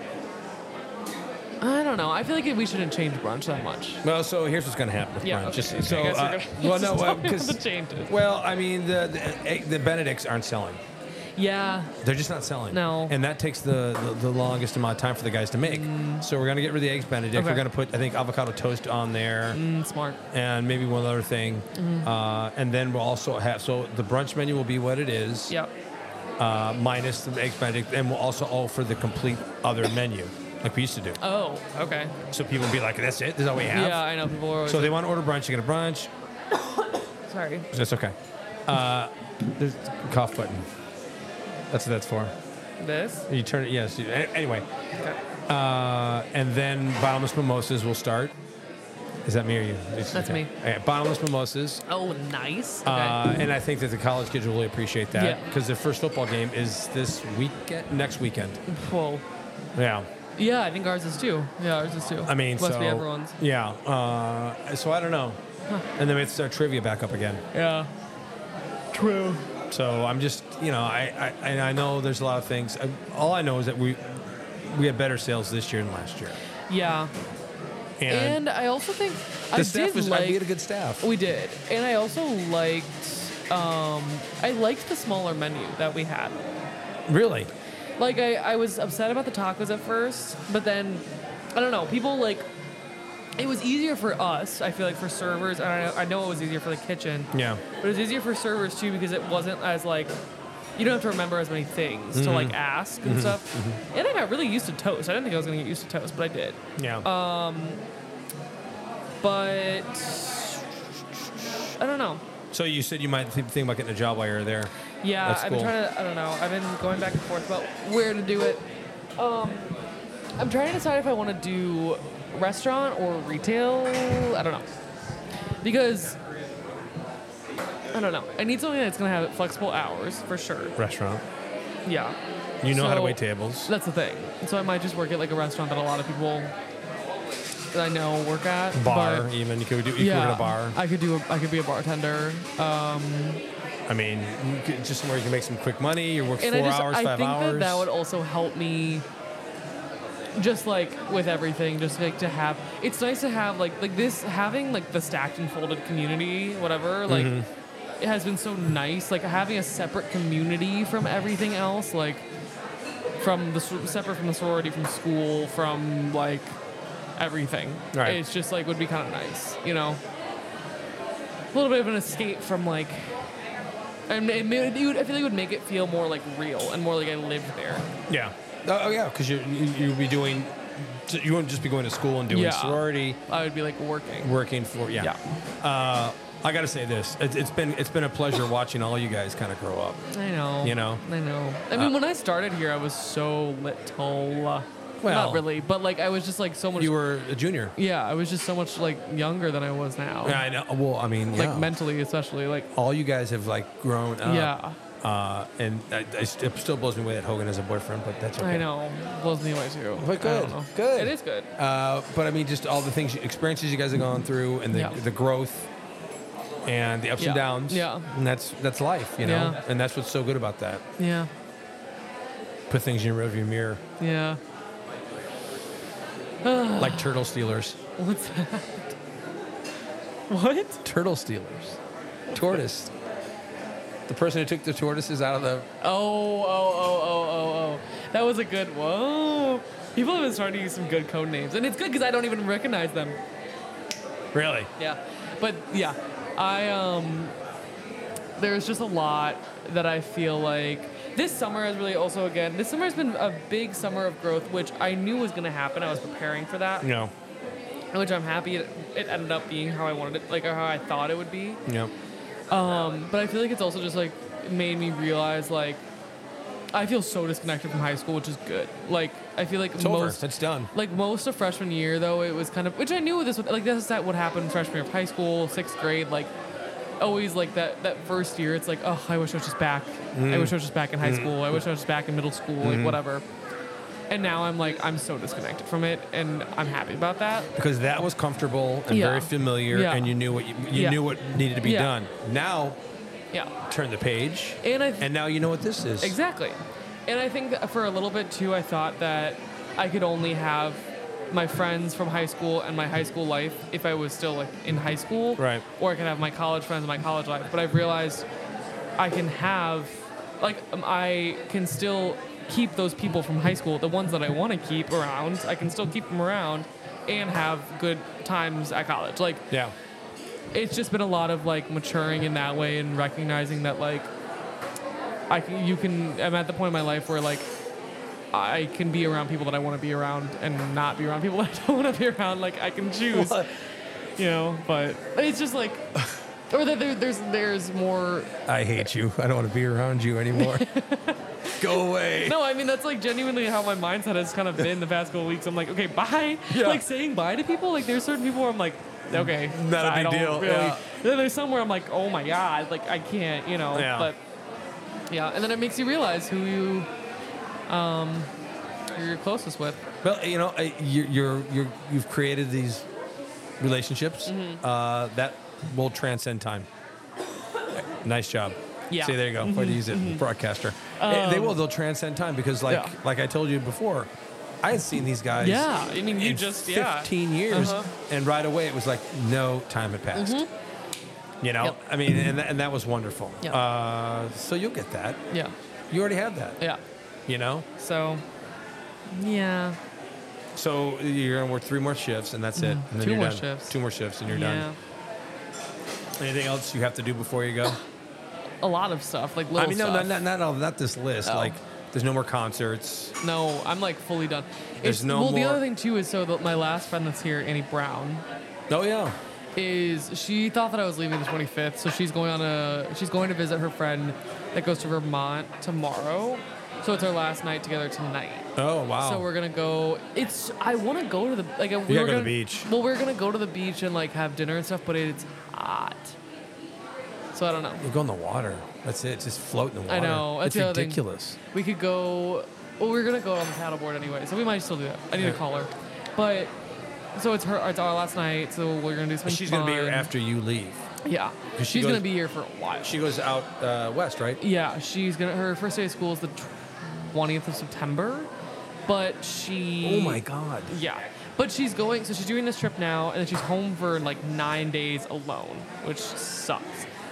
Speaker 2: I don't know. I feel like we shouldn't change brunch that much.
Speaker 1: well, so here's what's going to happen with
Speaker 2: Yeah,
Speaker 1: brunch.
Speaker 2: okay,
Speaker 1: Just-
Speaker 2: okay,
Speaker 1: so,
Speaker 2: I guess we're
Speaker 1: uh,
Speaker 2: gonna-
Speaker 1: well, no, uh,
Speaker 2: just tell me what the
Speaker 1: because
Speaker 2: change is.
Speaker 1: well, I mean, the, the eh, the Benedicts aren't selling.
Speaker 2: Yeah,
Speaker 1: They're just not selling.
Speaker 2: No.
Speaker 1: And that takes the, the, the longest amount of time for the guys to make. So we're going to get rid of the eggs Benedict. We're
Speaker 2: Mm. Okay.
Speaker 1: going to put, I think, avocado toast on there.
Speaker 2: mm, Mm-hmm. smart.
Speaker 1: and maybe one other thing. Uh, and then we'll also have so the brunch menu will be what it is,
Speaker 2: Yep.
Speaker 1: uh, minus the eggs benedict, and we'll also offer the complete other menu like we used to do.
Speaker 2: Oh, okay.
Speaker 1: So people will be like, "That's it. This is all we have."
Speaker 2: Yeah, I know people are always.
Speaker 1: So they want to order brunch. You get a brunch.
Speaker 2: sorry.
Speaker 1: That's okay. Uh, there's a cough button. That's what that's for.
Speaker 2: This.
Speaker 1: You turn it. Yes. you- a- Anyway, uh, and then bottomless mimosas will start. Is that me or you? It's-
Speaker 2: That's me.
Speaker 1: Okay, bottomless mimosas.
Speaker 2: Oh, nice. Okay.
Speaker 1: Uh, and I think that the college kids will really appreciate that
Speaker 2: Yeah.
Speaker 1: because their first football game is this weekend, next weekend.
Speaker 2: Whoa.
Speaker 1: Yeah,
Speaker 2: Yeah, I think ours is too. Yeah, ours is too.
Speaker 1: I mean,
Speaker 2: must
Speaker 1: so
Speaker 2: be everyone's.
Speaker 1: yeah. Uh, so I don't know, and then we have to start trivia back up again.
Speaker 2: Yeah. True.
Speaker 1: So I'm just, you know, I I, and I know there's a lot of things. I, all I know is that we we had better sales this year than last year,
Speaker 2: Yeah,
Speaker 1: and,
Speaker 2: and I also think
Speaker 1: the
Speaker 2: I
Speaker 1: staff
Speaker 2: did
Speaker 1: was
Speaker 2: like.
Speaker 1: we had a good staff.
Speaker 2: We did, and I also liked. Um, I liked the smaller menu that we had.
Speaker 1: Really,
Speaker 2: Like I, I was upset about the tacos at first, but then I don't know. People like It was easier for us, I feel like, for servers. And I, I know it was easier for the kitchen.
Speaker 1: Yeah.
Speaker 2: But it was easier for servers too because it wasn't as like you don't have to remember as many things to
Speaker 1: Mm-hmm.
Speaker 2: like ask and stuff. And I got really used to toast. I didn't think I was gonna get used to toast, but I did.
Speaker 1: Yeah.
Speaker 2: Uh, But I don't know.
Speaker 1: so you said you might th- think about getting a job while you're there.
Speaker 2: Yeah,
Speaker 1: That's
Speaker 2: I've
Speaker 1: cool.
Speaker 2: been trying to. I don't know. I've been going back and forth about where to do it. Um, I'm trying to decide if I want to do restaurant or retail. I don't know because I don't know. I need something that's gonna have flexible hours for sure.
Speaker 1: Restaurant.
Speaker 2: Yeah,
Speaker 1: You know how to
Speaker 2: So-
Speaker 1: wait tables.
Speaker 2: that's the thing. So I might just work at like a restaurant that a lot of people that I know work at.
Speaker 1: Bar,
Speaker 2: but-
Speaker 1: even you could do. You could
Speaker 2: yeah,
Speaker 1: work at a bar. Uh,
Speaker 2: I could do. A, I could be a bartender.
Speaker 1: I mean, you could, just somewhere you can make some quick money. You work
Speaker 2: and
Speaker 1: four
Speaker 2: I just
Speaker 1: hours,
Speaker 2: I
Speaker 1: five
Speaker 2: think
Speaker 1: hours.
Speaker 2: that that would also help me just like with everything just like to have it's nice to have like like this having like the stacked and folded community whatever like
Speaker 1: Mm-hmm.
Speaker 2: it has been so nice like having a separate community from everything else like from the sor- separate from the sorority from school from like everything
Speaker 1: Right.
Speaker 2: it's just like would be kind of nice you know a little bit of an escape from like and it, made, it would, I feel like it would make it feel more like real and more like I lived there.
Speaker 1: yeah. Oh, oh, yeah, because you you'd be doing. You wouldn't just be going to school and doing
Speaker 2: Yeah.
Speaker 1: sorority,
Speaker 2: I would be like working.
Speaker 1: working for yeah. Uh, I gotta say this. It, it's been it's been a pleasure watching all you guys kind of grow up.
Speaker 2: I know.
Speaker 1: You know? Uh,
Speaker 2: I know. I mean, when I started here, I was so little.
Speaker 1: Well-
Speaker 2: not really, but like I was just like so much.
Speaker 1: You were a junior.
Speaker 2: yeah, I was just so much like younger than I was now.
Speaker 1: Yeah, I know. Well, I mean,
Speaker 2: Like
Speaker 1: yeah. Uh-huh.
Speaker 2: mentally, especially like
Speaker 1: all you guys have like grown up.
Speaker 2: yeah.
Speaker 1: Uh, and I, I, st- it still blows me away that Hogan has a boyfriend, but that's okay.
Speaker 2: I know. Blows me away too.
Speaker 1: But
Speaker 2: I
Speaker 1: good,
Speaker 2: don't know.
Speaker 1: good.
Speaker 2: It is good.
Speaker 1: Uh, but I mean, just all the things, experiences you guys have gone through, and the,
Speaker 2: Yeah.
Speaker 1: the growth, and the ups and
Speaker 2: Yeah.
Speaker 1: downs.
Speaker 2: Yeah.
Speaker 1: And that's that's life, you know.
Speaker 2: Yeah.
Speaker 1: And that's what's so good about that.
Speaker 2: Yeah.
Speaker 1: Put things in your rearview mirror,
Speaker 2: Yeah.
Speaker 1: like turtle stealers.
Speaker 2: What's that? What?
Speaker 1: Turtle stealers. Tortoise. The person who took the tortoises out of the
Speaker 2: Oh, oh, oh, oh, oh, oh. That was a good whoa. People have been starting to use some good code names. And it's good because I don't even recognize them.
Speaker 1: really.
Speaker 2: Yeah. But yeah, I, um, there's just a lot that I feel like this summer is really also, again, this summer has been a big summer of growth, which I knew was going to happen. I was preparing for that,
Speaker 1: No.
Speaker 2: which I'm happy it, it ended up being how I wanted it, like, or how I thought it would be.
Speaker 1: No.
Speaker 2: But I feel like it's also just like made me realize like I feel so disconnected from high school, which is good. Like I feel like
Speaker 1: It's
Speaker 2: most
Speaker 1: over. It's done.
Speaker 2: like most of freshman year though it was kind of which I knew this would like this is that would happen freshman year of high school, sixth grade, like always like that that first year it's like oh I wish I was just back. I wish I was just back in high school. I wish I was just back in middle school, like whatever. And now I'm like I'm so disconnected from it, and I'm happy about that.
Speaker 1: because that was comfortable and
Speaker 2: Yeah.
Speaker 1: very familiar,
Speaker 2: Yeah.
Speaker 1: and you knew what you, you
Speaker 2: Yeah.
Speaker 1: knew what needed to be
Speaker 2: Yeah.
Speaker 1: done. Now
Speaker 2: Yeah,
Speaker 1: turn the page,
Speaker 2: and I th-
Speaker 1: and now you know what this is.
Speaker 2: Exactly. And I think that for a little bit too, I thought that I could only have my friends from high school and my high school life if I was still like in high school.
Speaker 1: Right.
Speaker 2: Or I could have my college friends and my college life. But I've realized I can have, like, um, I can still keep those people from high school, the ones that I want to keep around. I can still keep them around and have good times at college. Like,
Speaker 1: Yeah,
Speaker 2: it's just been a lot of like maturing in that way and recognizing that like I can, you can I'm at the point in my life where like I can be around people that I want to be around and not be around people that I don't want to be around. Like I can choose,
Speaker 1: What?
Speaker 2: you know. But it's just like, or that there, there's there's more.
Speaker 1: I hate you. I don't want to be around you anymore. Go away.
Speaker 2: No, I mean that's like genuinely how my mindset has kind of been the past couple weeks. I'm like, okay, bye.
Speaker 1: Yeah.
Speaker 2: Like saying bye to people. Like there's certain people where I'm like, okay,
Speaker 1: Not a
Speaker 2: I
Speaker 1: big
Speaker 2: don't
Speaker 1: deal,
Speaker 2: Really,
Speaker 1: yeah.
Speaker 2: Then there's some where I'm like, oh my god, like I can't, you know.
Speaker 1: Yeah.
Speaker 2: But yeah, and then it makes you realize who you, um, who you're closest with.
Speaker 1: Well, you know, I- you, you're you're you've created these relationships
Speaker 2: Mm-hmm.
Speaker 1: uh, that will transcend time. Nice job.
Speaker 2: Yeah. Mm-hmm. Um,
Speaker 1: See, there you go. Way to use it, broadcaster. Eh, they will. They'll transcend time because, like,
Speaker 2: Yeah.
Speaker 1: like I told you before, I had seen these guys.
Speaker 2: Yeah, I mean, you
Speaker 1: in
Speaker 2: just- yeah.
Speaker 1: 15 years,
Speaker 2: Uh-huh.
Speaker 1: and right away it was like no time had passed. You know,
Speaker 2: Mm-hmm. Yep.
Speaker 1: I mean, and, tha- and that was wonderful.
Speaker 2: Yeah.
Speaker 1: Uh, so you'll get that.
Speaker 2: Yeah,
Speaker 1: You already have that.
Speaker 2: yeah.
Speaker 1: You know,
Speaker 2: So yeah,
Speaker 1: So you're gonna work three more shifts, and that's it. And then
Speaker 2: Mm. Two
Speaker 1: you're
Speaker 2: more
Speaker 1: done.
Speaker 2: shifts.
Speaker 1: Two more shifts, and you're
Speaker 2: Yeah.
Speaker 1: done. Anything else you have to do before you go?
Speaker 2: A lot of stuff. Like
Speaker 1: I
Speaker 2: little
Speaker 1: mean, no,
Speaker 2: stuff.
Speaker 1: not not not, all, not this list.
Speaker 2: Oh.
Speaker 1: Like, there's no more concerts.
Speaker 2: No, I'm like fully done.
Speaker 1: There's
Speaker 2: It's-
Speaker 1: no
Speaker 2: Well, the
Speaker 1: more-
Speaker 2: other thing too is so that my last friend that's here, Annie Brown,
Speaker 1: Oh yeah,
Speaker 2: is she thought that I was leaving the 25th, so she's going on a she's going to visit her friend that goes to Vermont tomorrow. So it's our last night together tonight.
Speaker 1: Oh wow.
Speaker 2: So we're gonna go. It's I want to go to the like we were
Speaker 1: gotta go
Speaker 2: gonna
Speaker 1: to the beach.
Speaker 2: Well, we're gonna go to the beach and like have dinner and stuff, but it's hot. So I don't know.
Speaker 1: you go in the water. That's it. Just float in the water.
Speaker 2: I know, that's
Speaker 1: It's
Speaker 2: the other thing.
Speaker 1: ridiculous.
Speaker 2: We could go. Well, we are gonna go on the paddleboard anyway, so we might still do that. I need to
Speaker 1: Yeah.
Speaker 2: call her, but so it's her. It's our last night, so we're gonna do something.
Speaker 1: She's gonna be here
Speaker 2: fun.
Speaker 1: after you leave.
Speaker 2: Yeah,
Speaker 1: 'Cause
Speaker 2: she's
Speaker 1: she
Speaker 2: gonna
Speaker 1: goes-
Speaker 2: be here for a while.
Speaker 1: She goes out uh, west, right?
Speaker 2: yeah, she's gonna. Her first day of school is the twentieth of September, but she.
Speaker 1: Oh my god.
Speaker 2: Yeah. But she's going, so she's doing this trip now, and then she's home for like nine days alone, which sucks.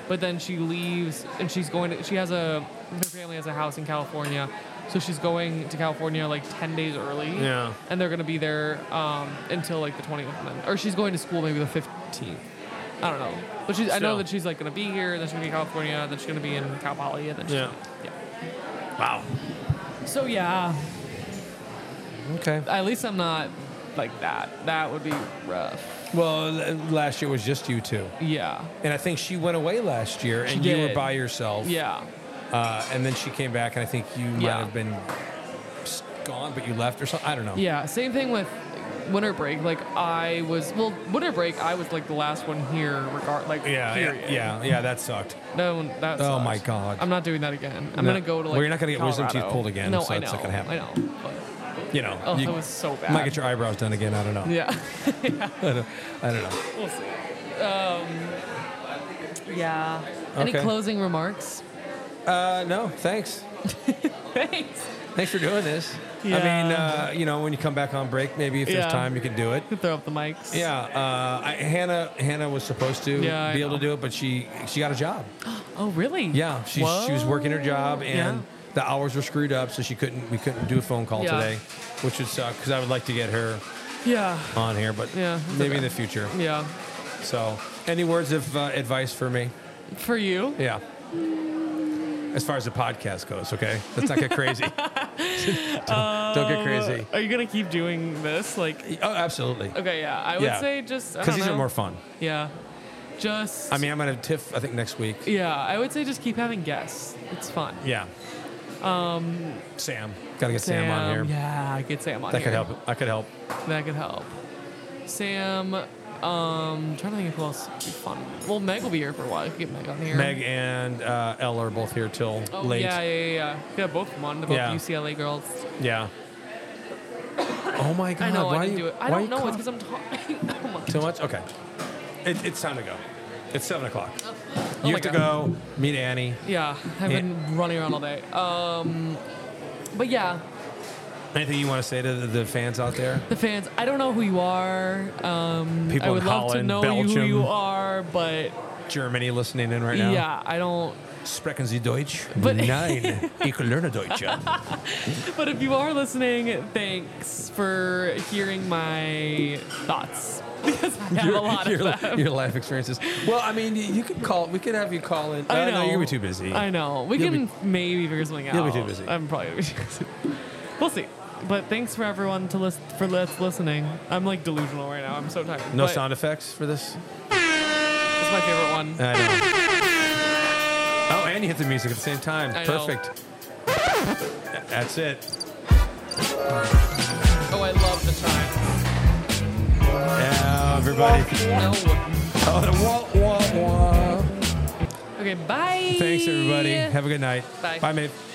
Speaker 2: But then she leaves, and she's going to, she has a, her family has a house in California, so she's going to California like 10 days early.
Speaker 1: Yeah.
Speaker 2: And they're going to be there um, until like the 20th, and then, or she's going to school maybe the 15th. I don't know. But she's, I know
Speaker 1: Still.
Speaker 2: that she's like going to be here, and then she's going to be in California, and then she's going to be in Cal Poly, and then she's,
Speaker 1: Yeah.
Speaker 2: yeah.
Speaker 1: Wow.
Speaker 2: So yeah,
Speaker 1: Okay.
Speaker 2: at least I'm not like that. That would be rough.
Speaker 1: Well, l- last year was just you two,
Speaker 2: Yeah.
Speaker 1: and I think she went away last year, and
Speaker 2: She
Speaker 1: you were
Speaker 2: did.
Speaker 1: by yourself.
Speaker 2: Yeah.
Speaker 1: Uh, and then she came back, and I think you might
Speaker 2: Yeah.
Speaker 1: have been s- gone, but you left or something. I don't know.
Speaker 2: Yeah. Same thing with winter break. Like I was well, winter break. I was like the last one here. Regard like
Speaker 1: Yeah, yeah,
Speaker 2: period.
Speaker 1: yeah, yeah, that sucked.
Speaker 2: No, that.
Speaker 1: Oh
Speaker 2: sucks.
Speaker 1: my God.
Speaker 2: I'm not doing that again. I'm
Speaker 1: No.
Speaker 2: gonna go to like.
Speaker 1: Well, you're not gonna get wisdom teeth
Speaker 2: Colorado.
Speaker 1: pulled again,
Speaker 2: No,
Speaker 1: so
Speaker 2: I know.
Speaker 1: it's not gonna happen.
Speaker 2: I know. But,
Speaker 1: You know,
Speaker 2: oh,
Speaker 1: you
Speaker 2: that was so bad.
Speaker 1: might get your eyebrows done again. I don't know.
Speaker 2: yeah.
Speaker 1: I don't know.
Speaker 2: we'll see. Um, yeah. Any
Speaker 1: Okay.
Speaker 2: closing remarks?
Speaker 1: Uh, no, thanks.
Speaker 2: Thanks.
Speaker 1: Thanks for doing this.
Speaker 2: Yeah.
Speaker 1: I mean, uh, you know, when you come back on break, maybe if there's
Speaker 2: Yeah.
Speaker 1: time, you can do it.
Speaker 2: You Throw up the mics.
Speaker 1: Yeah, uh, I, Hannah Hannah was supposed to
Speaker 2: Yeah, I
Speaker 1: be able
Speaker 2: know.
Speaker 1: to do it, but she she got a job.
Speaker 2: Oh really?
Speaker 1: Yeah, she she was working her job, and
Speaker 2: Yeah.
Speaker 1: the hours were screwed up, so she couldn't we couldn't do a phone call
Speaker 2: Yeah.
Speaker 1: today, which would suck because I would like to get her
Speaker 2: Yeah.
Speaker 1: on here, but
Speaker 2: Yeah, it's
Speaker 1: maybe
Speaker 2: okay.
Speaker 1: in the future.
Speaker 2: Yeah.
Speaker 1: So, any words of uh, advice for me?
Speaker 2: For you.
Speaker 1: Yeah. As far as the podcast goes, okay, let's not get crazy. don't, don't get crazy.
Speaker 2: Uh, Are you gonna keep doing this? Like,
Speaker 1: Oh, absolutely.
Speaker 2: okay, yeah. Um, I would
Speaker 1: Yeah.
Speaker 2: say just I
Speaker 1: Because
Speaker 2: don't
Speaker 1: these
Speaker 2: know.
Speaker 1: are more fun.
Speaker 2: Yeah, just.
Speaker 1: I mean, I'm gonna have TIFF. I think next week.
Speaker 2: yeah, I would say just keep having guests. It's fun.
Speaker 1: Yeah. Um, Sam, gotta get Sam, on here.
Speaker 2: Um, Yeah, I get Sam on
Speaker 1: That
Speaker 2: here.
Speaker 1: could help. I could help.
Speaker 2: That could help. Sam. Um, I'm trying to think of who else would be fun. Well, Meg will be here for a while. I could get Meg on here.
Speaker 1: Meg and uh, Elle are both here till
Speaker 2: Oh,
Speaker 1: late.
Speaker 2: Yeah, yeah, yeah, yeah. Yeah, both of them on. They're both
Speaker 1: Yeah.
Speaker 2: UCLA girls.
Speaker 1: Yeah. Oh my god!
Speaker 2: I know
Speaker 1: why
Speaker 2: I
Speaker 1: you,
Speaker 2: didn't do it.
Speaker 1: why
Speaker 2: I don't
Speaker 1: you
Speaker 2: know. It's
Speaker 1: cough
Speaker 2: because I'm talking. oh my
Speaker 1: too much. Okay. It, it's time to go. It's seven o'clock.
Speaker 2: Oh
Speaker 1: you
Speaker 2: my
Speaker 1: have to
Speaker 2: God.
Speaker 1: go meet Annie.
Speaker 2: Yeah, I've
Speaker 1: Yeah.
Speaker 2: been running around all day. Um, but yeah,
Speaker 1: Anything you want to say to the, the fans out there?
Speaker 2: the fans. I don't know who you are. Um,
Speaker 1: People
Speaker 2: I would
Speaker 1: in
Speaker 2: love to
Speaker 1: Holland,
Speaker 2: know
Speaker 1: Belgium,
Speaker 2: who you are, but
Speaker 1: Germany listening in right now.
Speaker 2: yeah, I don't.
Speaker 1: Sprechen Sie Deutsch?
Speaker 2: But-
Speaker 1: Nein, ich lerne Deutsch.
Speaker 2: But if you are listening, thanks for hearing my thoughts because I have a lot
Speaker 1: your,
Speaker 2: of them.
Speaker 1: your life experiences. Well, I mean, you could call. We could have you call in. Uh,
Speaker 2: I know
Speaker 1: No, you're gonna be too busy.
Speaker 2: I know. We
Speaker 1: You'll
Speaker 2: can maybe figure something out.
Speaker 1: You'll be too busy.
Speaker 2: I'm probably gonna be too busy. We'll see. But thanks for everyone to list for that's listening. I'm like delusional right now. I'm so tired.
Speaker 1: No
Speaker 2: but
Speaker 1: sound effects for this.
Speaker 2: It's my favorite one.
Speaker 1: I know. Oh, and you hit the music at the same time.
Speaker 2: I know.
Speaker 1: Perfect. Th- That's it.
Speaker 2: Oh, I love the chime.
Speaker 1: Yeah, everybody.
Speaker 2: No.
Speaker 1: Oh, the wah, wah, wah.
Speaker 2: Okay. Bye.
Speaker 1: Thanks, everybody. Have a good night.
Speaker 2: Bye.
Speaker 1: Bye, mate.